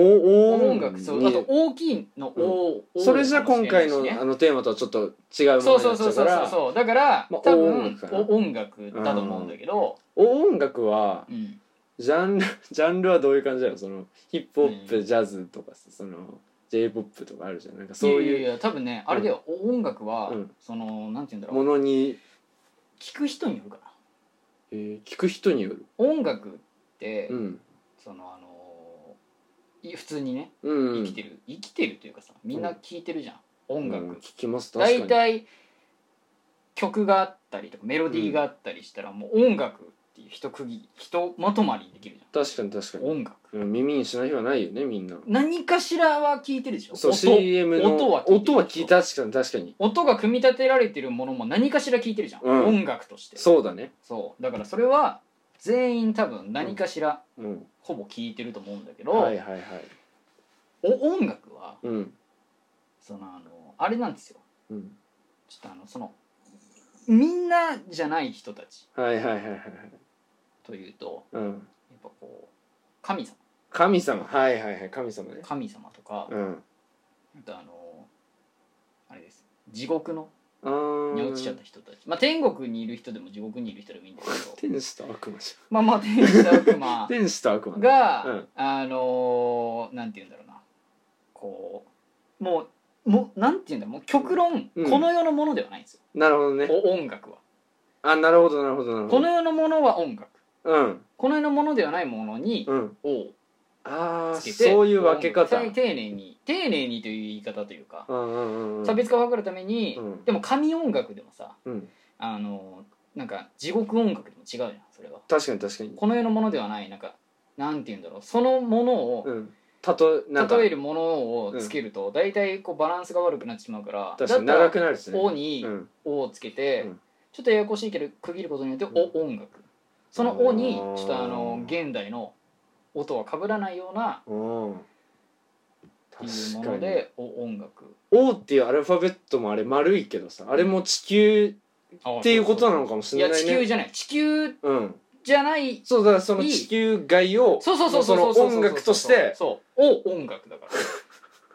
A: お音楽そうあと大きいの、おお
B: それじゃ
A: かも
B: 今
A: しれな
B: 回
A: いし
B: の
A: ね
B: あのテーマとはちょっと違うも
A: そ
B: の
A: う
B: に
A: そ
B: な
A: う
B: っち
A: そ
B: ゃ
A: う
B: う
A: そ
B: か
A: う
B: ら
A: そうだから、
B: まあ
A: 多
B: 音
A: 分
B: 楽かな
A: お音楽だと思うんだけど、
B: お音楽は
A: うん、
B: ジャンルジャンルはどういう感じなのそのヒップホップ、
A: うん
B: ジャズとかさその j p o p とかあるじゃんなんかそういう
A: いやいや多分ねあれだよ、お音楽は、
B: うん
A: そのなんて言うんだろ
B: も
A: う
B: のに、
A: 聞く人によるかな
B: えー聞く人による、
A: 音楽って、
B: うん
A: そのあのい普通にね
B: うん、
A: 生きてる、生きてるというかさみんな聞いてるじゃん、音楽、
B: うん聞きます確か
A: 大
B: に
A: 体曲があったりとかメロディーがあったりしたら、もう音楽っていう一区切ひとまとまりにできるじ
B: 確かに確か
A: ゃん
B: に
A: 音楽
B: うん耳にしない日はないよねみんな
A: 何かしらは聞いてるでしょ
B: そう
A: 音
B: CM の
A: 音は聞いてる
B: 音は聞いた確かに確かに
A: 音が組み立てられてるものも何かしら聞いてるじゃん、
B: うん
A: 音楽として
B: そうだね
A: そうだからそれは全員多分何かしら
B: うん
A: ほぼ聞いてると思うんだけど、
B: はいはいはい
A: お音楽は
B: うん
A: そのあのあれなんですよ
B: うん
A: ちょっとあのそのみんなじゃない人たち
B: はいはいはいはいはい
A: というと
B: うん
A: やっぱこう神様
B: 神様はいはいはい神様ね
A: 神様とか、
B: うん
A: あとあのあれです地獄の
B: あー
A: に落ちちゃった人たち、まあ天国にいる人でも地獄にいる人でもいいんですけど
B: 天使と悪魔じ
A: まあまあ天使と悪
B: ゃん
A: 魔
B: 天使と悪魔
A: が、
B: うん
A: あのーなんて言うんだろうなこうもうもうなんて言うんだろうもう極論、
B: うん
A: この世のものではないんですよ、
B: なるほどね
A: お音楽は
B: あなるほどなるほどなるほ
A: こ
B: ど
A: の世のものは音楽
B: うん
A: この世のものではないものに
B: うん
A: 「を
B: ああ
A: つけて
B: そういう分け方
A: 丁丁寧に丁寧にという言い方というか、
B: うんうんうんうん
A: 差別化を図るために、
B: うん
A: でも神音楽でもさ
B: うん
A: あのなんか地獄音楽でも違うじゃんそれは
B: 確かに確かに
A: この世のものではないなんかなんて言うんだろうそのものを
B: うんたとなんか
A: 例えるものをつけると大体こうバランスが悪くなってしまうから
B: 確かに
A: だったら
B: 長くなるしね
A: お」に
B: うん
A: 「お」をつけて、
B: うん
A: ちょっとややこしいけど区切ることによって「お」音楽その「お」にちょっとあの
B: あー
A: 現代の音は被らないような
B: うん
A: っていうも
B: 確
A: の
B: かに
A: で「お」音楽
B: O っていうアルファベットもあれ丸いけどさあれも地球っていうことなのかもし
A: い
B: れ
A: や
B: ない
A: 地
B: ね
A: 球じゃない地球
B: うん
A: じゃない
B: そうだからその
A: いい
B: 地球外を
A: そうそうそうそう
B: も
A: そうう
B: その音楽として
A: そうを音楽 だから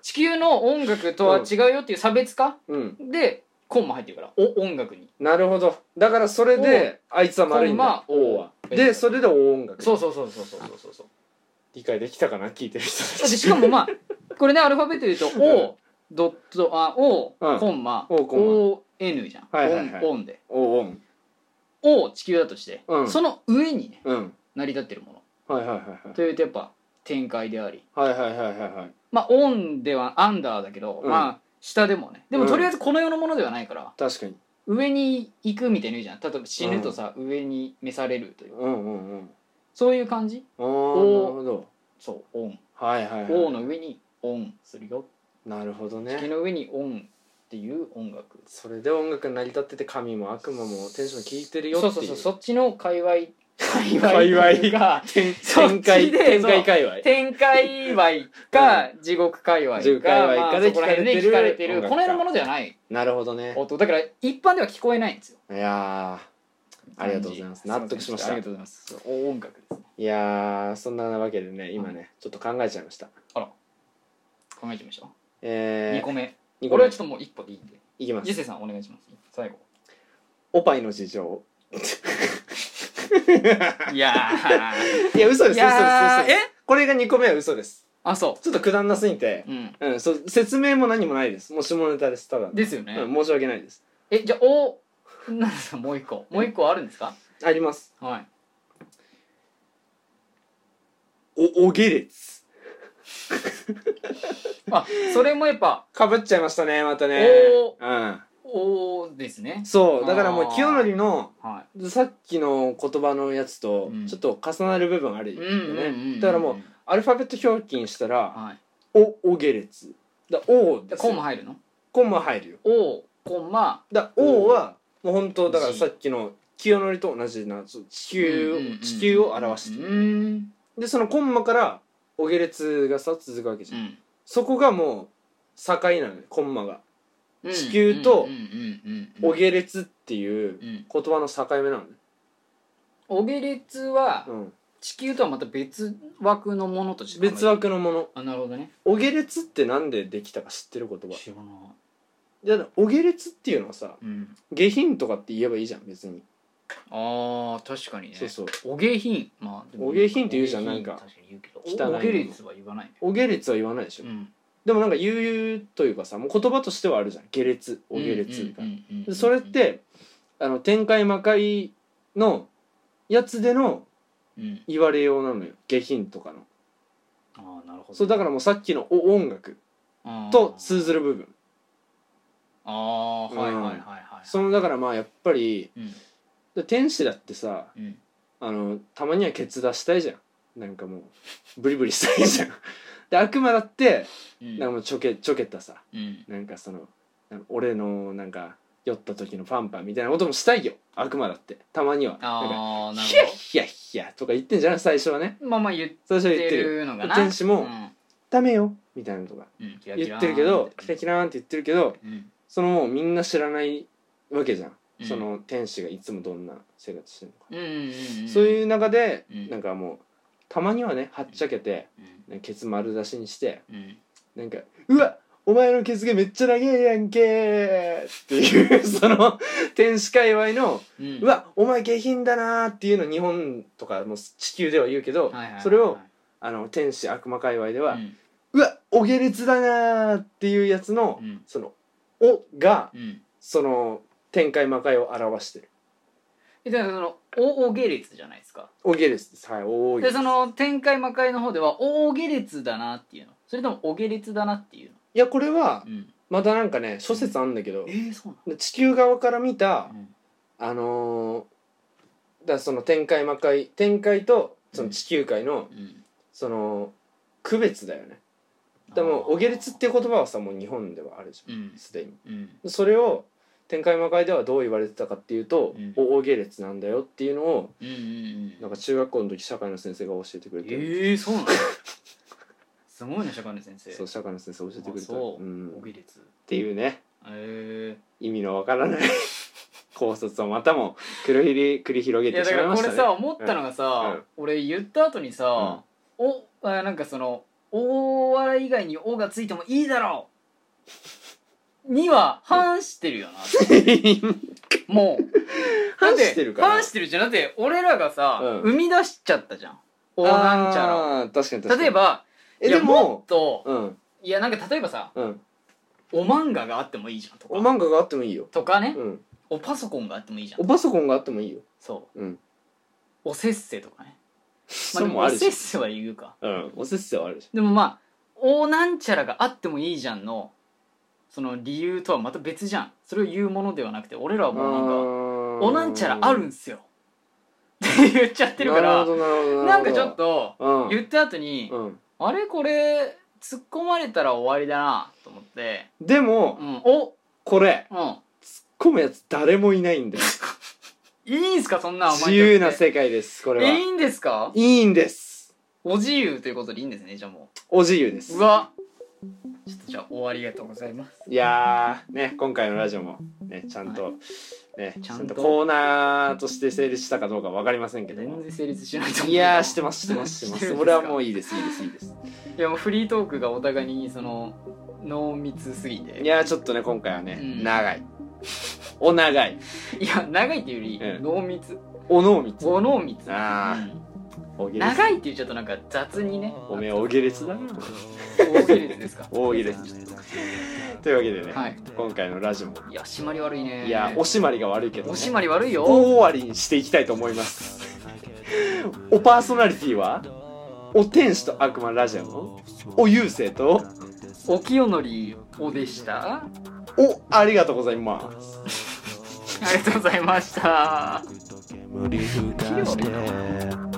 A: 地球の音楽とは違うよっていう差別化
B: うん
A: でコンマ入ってるからお音楽に
B: なるほどだからそれであいつは丸いんだ
A: コンマ
B: O はでそれで O 音楽
A: そうそうそうそうそうそうそうそう
B: 理解できたかな聞いてる人
A: だ
B: た
A: って
B: ち
A: しかもまあこれねアルファベットで言う と「お」ドットあ「お」
B: うん
A: コンマ「
B: おコンマ
A: ON」じゃん「
B: はいはいはい
A: オン」オンで
B: O 音
A: 「O」地球だとして、
B: うん
A: その上にね
B: うん
A: 成り立ってるもの
B: はいはいはい
A: というとやっぱ展開であり
B: はいはいはいはいはい
A: まあ「オン」では「アンダー」だけど、
B: うん
A: まあ下でもねでも
B: うん
A: とりあえずこの世のものではないから、
B: 確かに
A: 上に行くみたいなの言うじゃん例えば死ぬとさ、上に召されるというか
B: うんうんうん
A: そういう感じ
B: ああなるほど
A: そう「オン」
B: はいはい
A: 「
B: はい
A: 王の上に「オン」するよ
B: なるほ
A: 「
B: ど
A: 地球
B: ね
A: の上に「オン」っていう音楽
B: それで音楽が成り立ってて神も悪魔もテンション効いてるよって
A: そ
B: いう
A: うそうそうそっちの界隈界
B: 界隈
A: が
B: 展
A: そっ
B: 展
A: ちで
B: 開展
A: そう
B: 開界隈
A: 天界隈か地獄界隈
B: 地獄界
A: か、
B: 隈
A: ま
B: か
A: あ、
B: で
A: そこら辺で
B: 聞
A: 聞
B: か
A: か
B: れ
A: れ
B: て
A: てる
B: る
A: この辺のものではない
B: なるほどね
A: 音だから一般では聞こえないんですよ
B: いやーありがとうございます
A: 感じ
B: 納得しました
A: ありがとうございますそう大音楽ですね
B: ーいやーそんなわけでね今ねちょっと考えちゃいました
A: 考えてみましょう、二
B: え
A: 個目
B: ー2個
A: 俺
B: 目
A: はちょっともう一歩でいいんで
B: いきま
A: ジ
B: す
A: ェセさんお願いします最後
B: おっぱいの事情
A: いや
B: いや嘘
A: い
B: です嘘です嘘です
A: やーえ
B: これが2個目は嘘です
A: あそ
B: ちょっとくだんなすぎて
A: ううん
B: うんそう説明も何もないですもう下ネタですただの
A: ですよね、
B: うん申し訳ないです
A: えじゃあおなんですかもう一個もう一個あるんですか
B: あります
A: はい
B: おおげれつ
A: あそれもやっぱ
B: かぶっちゃいましたねまたね
A: お
B: うん
A: おーですね
B: そうだからも
A: あ
B: う
A: ー
B: 清則の
A: は
B: さっきの言葉のやつと
A: うん
B: ちょっと重なる部分ある
A: い
B: よ
A: うんうんうんうん、
B: ねだからもうアルファベット表記にしたら
A: はい
B: 「お」「おげれつ」だ「お」
A: で
B: です
A: コンマ
B: よ
A: 入るの
B: コンマ入るよ
A: おコンマ
B: だ「お」はもう本当だからさっきの清則と同じなそう地球
A: うんうんう
B: を
A: ん
B: 地球を表して
A: う
B: る
A: ーん
B: でそのコンマから「おげれつ」がさ続くわけじ
A: う
B: ゃん
A: ん
B: そこがもう境なのねコンマが
A: うん
B: 地球と
A: うんうん
B: 「
A: うんうん
B: おげれつ」っていう
A: うん
B: 言葉の境目なのね
A: おげれつは
B: うん
A: 地球とはまた別枠のものとして考えて
B: 別枠のもの
A: あなるほどね
B: 「おげれつ」ってなんでできたか知ってる言葉
A: 知らない
B: じゃあお下劣っていうのはさ
A: うん
B: 下品とかって言えばいいじゃん別に
A: あー確かにね
B: そうそう
A: お下品まあでも
B: お下品って言うじゃんなんか
A: お下品確かに言うけど
B: 汚い
A: おお下劣は言わないね
B: お下劣は言わないでしょ、
A: うん
B: でもなんか言うというかさもう言葉としてはあるじゃん下劣お下劣みたいなでそれってあの展開魔界のやつでの
A: うん
B: 言われようなのよ下品とかの
A: あーなるほど
B: そうだからもうさっきのお音楽と通ずる部分
A: あーあーはいはいはいはいはい
B: そのだからまあやっぱり
A: うん
B: で天使だってさ
A: うん
B: あのたまにはケツ出したいじゃんなんかもうブリブリしたいじゃんで悪魔だって
A: うん
B: なんかもうちょけちょけたさ
A: うん
B: なんかそのなんか俺のなんか酔った時のパンパンみたいなこともしたいよ悪魔だってたまにはなんか
A: ああなる
B: ヒヤヒヤヒヤとか言ってんじゃん最初はね
A: ほどまあまあ言っ
B: 最初は言っててる
A: るのかな
B: 天使も
A: うん
B: ダメよみたいなのとか
A: うんキラキ
B: 言
A: ラ
B: っ
A: ー
B: てるけどキラキラーンって言ってるけど
A: うん
B: そのもうみんな知らないわけじゃん、
A: うん
B: その天使がいつもどんな生活してるのか、
A: うんうん
B: そう
A: う
B: いう中で、
A: うん
B: なんかもうたまにはねはっちゃけて、
A: ん
B: ねケツ丸出しにして
A: うん
B: なんか「うわお前のケツ毛めっちゃ長えやんけー」っていう その天使界隈の
A: うん
B: 「うわお前下品だな」っていうの日本とかもう地球では言うけ
A: は
B: ど、
A: いはいはい
B: それをあの天使悪魔界隈では「う
A: うん
B: わお下劣だな」っていうやつの、
A: うん
B: その「お」が
A: うん
B: その天界魔界を表してる
A: えだからそのおお下劣じゃないですか
B: 「お下劣」ですはい「お下
A: で
B: 劣」
A: その天界魔界の方ではおお下劣だなっていうのそれともお下劣だなっていうの
B: いやこれは
A: うん
B: またなんかね諸説あんだけど
A: えーそう
B: 地球側から見た、
A: なのうん
B: あのーだからその天界魔界天界とその地球界の
A: うん
B: その区別だよねでもオゲルツっていう言葉はさもう日本ではあるじ
A: う
B: ゃ
A: ん
B: んすでに
A: うん
B: それを天海魔界ではどう言われてたかっていうと
A: うん
B: 「おオゲルツなんだよ」っていうのを
A: うんうんうん
B: なんか中学校の時社会の先生が教えてくれて
A: ええそうなのすごいね社会の先生
B: そう社会の先生教えてくれ
A: あ
B: た
A: そう、
B: うん
A: お
B: っ
A: ぎれつ
B: ていうね
A: え
B: 意味のわからない 考察をまたも繰りひり繰り広
A: え
B: げ
A: いや
B: て
A: だ
B: し
A: か
B: ま
A: ら
B: いま
A: こ
B: し
A: れ
B: たね
A: さ思ったのが
B: うんう
A: さ
B: ん
A: 俺言った後に さ「お」あなんかその「お笑い以外に「お」がついてもいいだろうには反してるよなも う
B: 反してるかな
A: だって反してるじゃんだって俺らがさ
B: うん
A: 生み出しちゃったじゃん「お」
B: あー
A: なんちゃらを
B: 確かに確かに
A: 例えば
B: え
A: いや
B: で
A: も
B: も
A: っと
B: うん
A: いやなんか例えばさ
B: うん
A: 「お漫画があってもいいじゃん」と
B: お
A: か
B: 漫画があってもいいよ
A: とかね
B: うん
A: 「おパソコンがあってもいいじゃん
B: お」パソコンがあってもいいよ
A: そう
B: うん
A: おせっせとかね。ま
B: そ
A: あ、
B: れ
A: でも
B: もあ
A: お
B: る
A: せっ
B: し
A: せは言うか。
B: うんおせっせはあるし
A: でもまあ、おなんちゃらがあってもいいじゃんの、その理由とはまた別じゃん。それを言うものではなくて、俺らはもうなんか、おなんちゃらあるんすよ。って言っちゃってるか
B: な
A: ら
B: る、ほどなるほど
A: なんかちょっ
B: と
A: と、言った後に、
B: うんうん
A: あれこれ、突っ込まれたら終わりだなと思って、
B: でも
A: うん、お、
B: これ
A: うん、
B: 込むやつ誰もいないんだよ
A: いいんすかそんなお前
B: 自由な
A: せ
B: 世界ですこれ
A: い
B: はい
A: んですか
B: いいんです
A: お自由ということでいいんですね、じゃあもう。
B: お自由です
A: うわちょっとじゃあ終わりがとうございます
B: いやーね今回のラジオもねちゃんとね
A: ち
B: ち
A: ゃ
B: ゃ
A: んと
B: んとコーナーとして成立したかどうかわかりませんけど
A: 全然成立しないと思う
B: い
A: い
B: やーしてますしてますして ま
A: して
B: す
A: るんですか
B: 俺はもういいですいいですいいです
A: いやもうフリートークがお互いにその濃密すぎて
B: いやーちょっとね今回はね、
A: うん
B: 長いお長い
A: いや長いっていうより、
B: うん
A: 濃密
B: おのみつ
A: お濃密
B: あー
A: うん
B: おげれ
A: 長いっていうちょっとなんか雑にね
B: おめえおげれつだな
A: 大切です か
B: 大げれつというわけでね、
A: はい
B: 今回のラジオも
A: いや締まり悪いね
B: いやーおしまりが悪いけど、ね、
A: お締まり悪い
B: 大
A: よ
B: 終わりにしていきたいと思いますおパーソナリティはお天使と悪魔ラジオのお優勢と
A: お清則おでした
B: おありがとうございます
A: ありがとうございました
D: 煙ふかして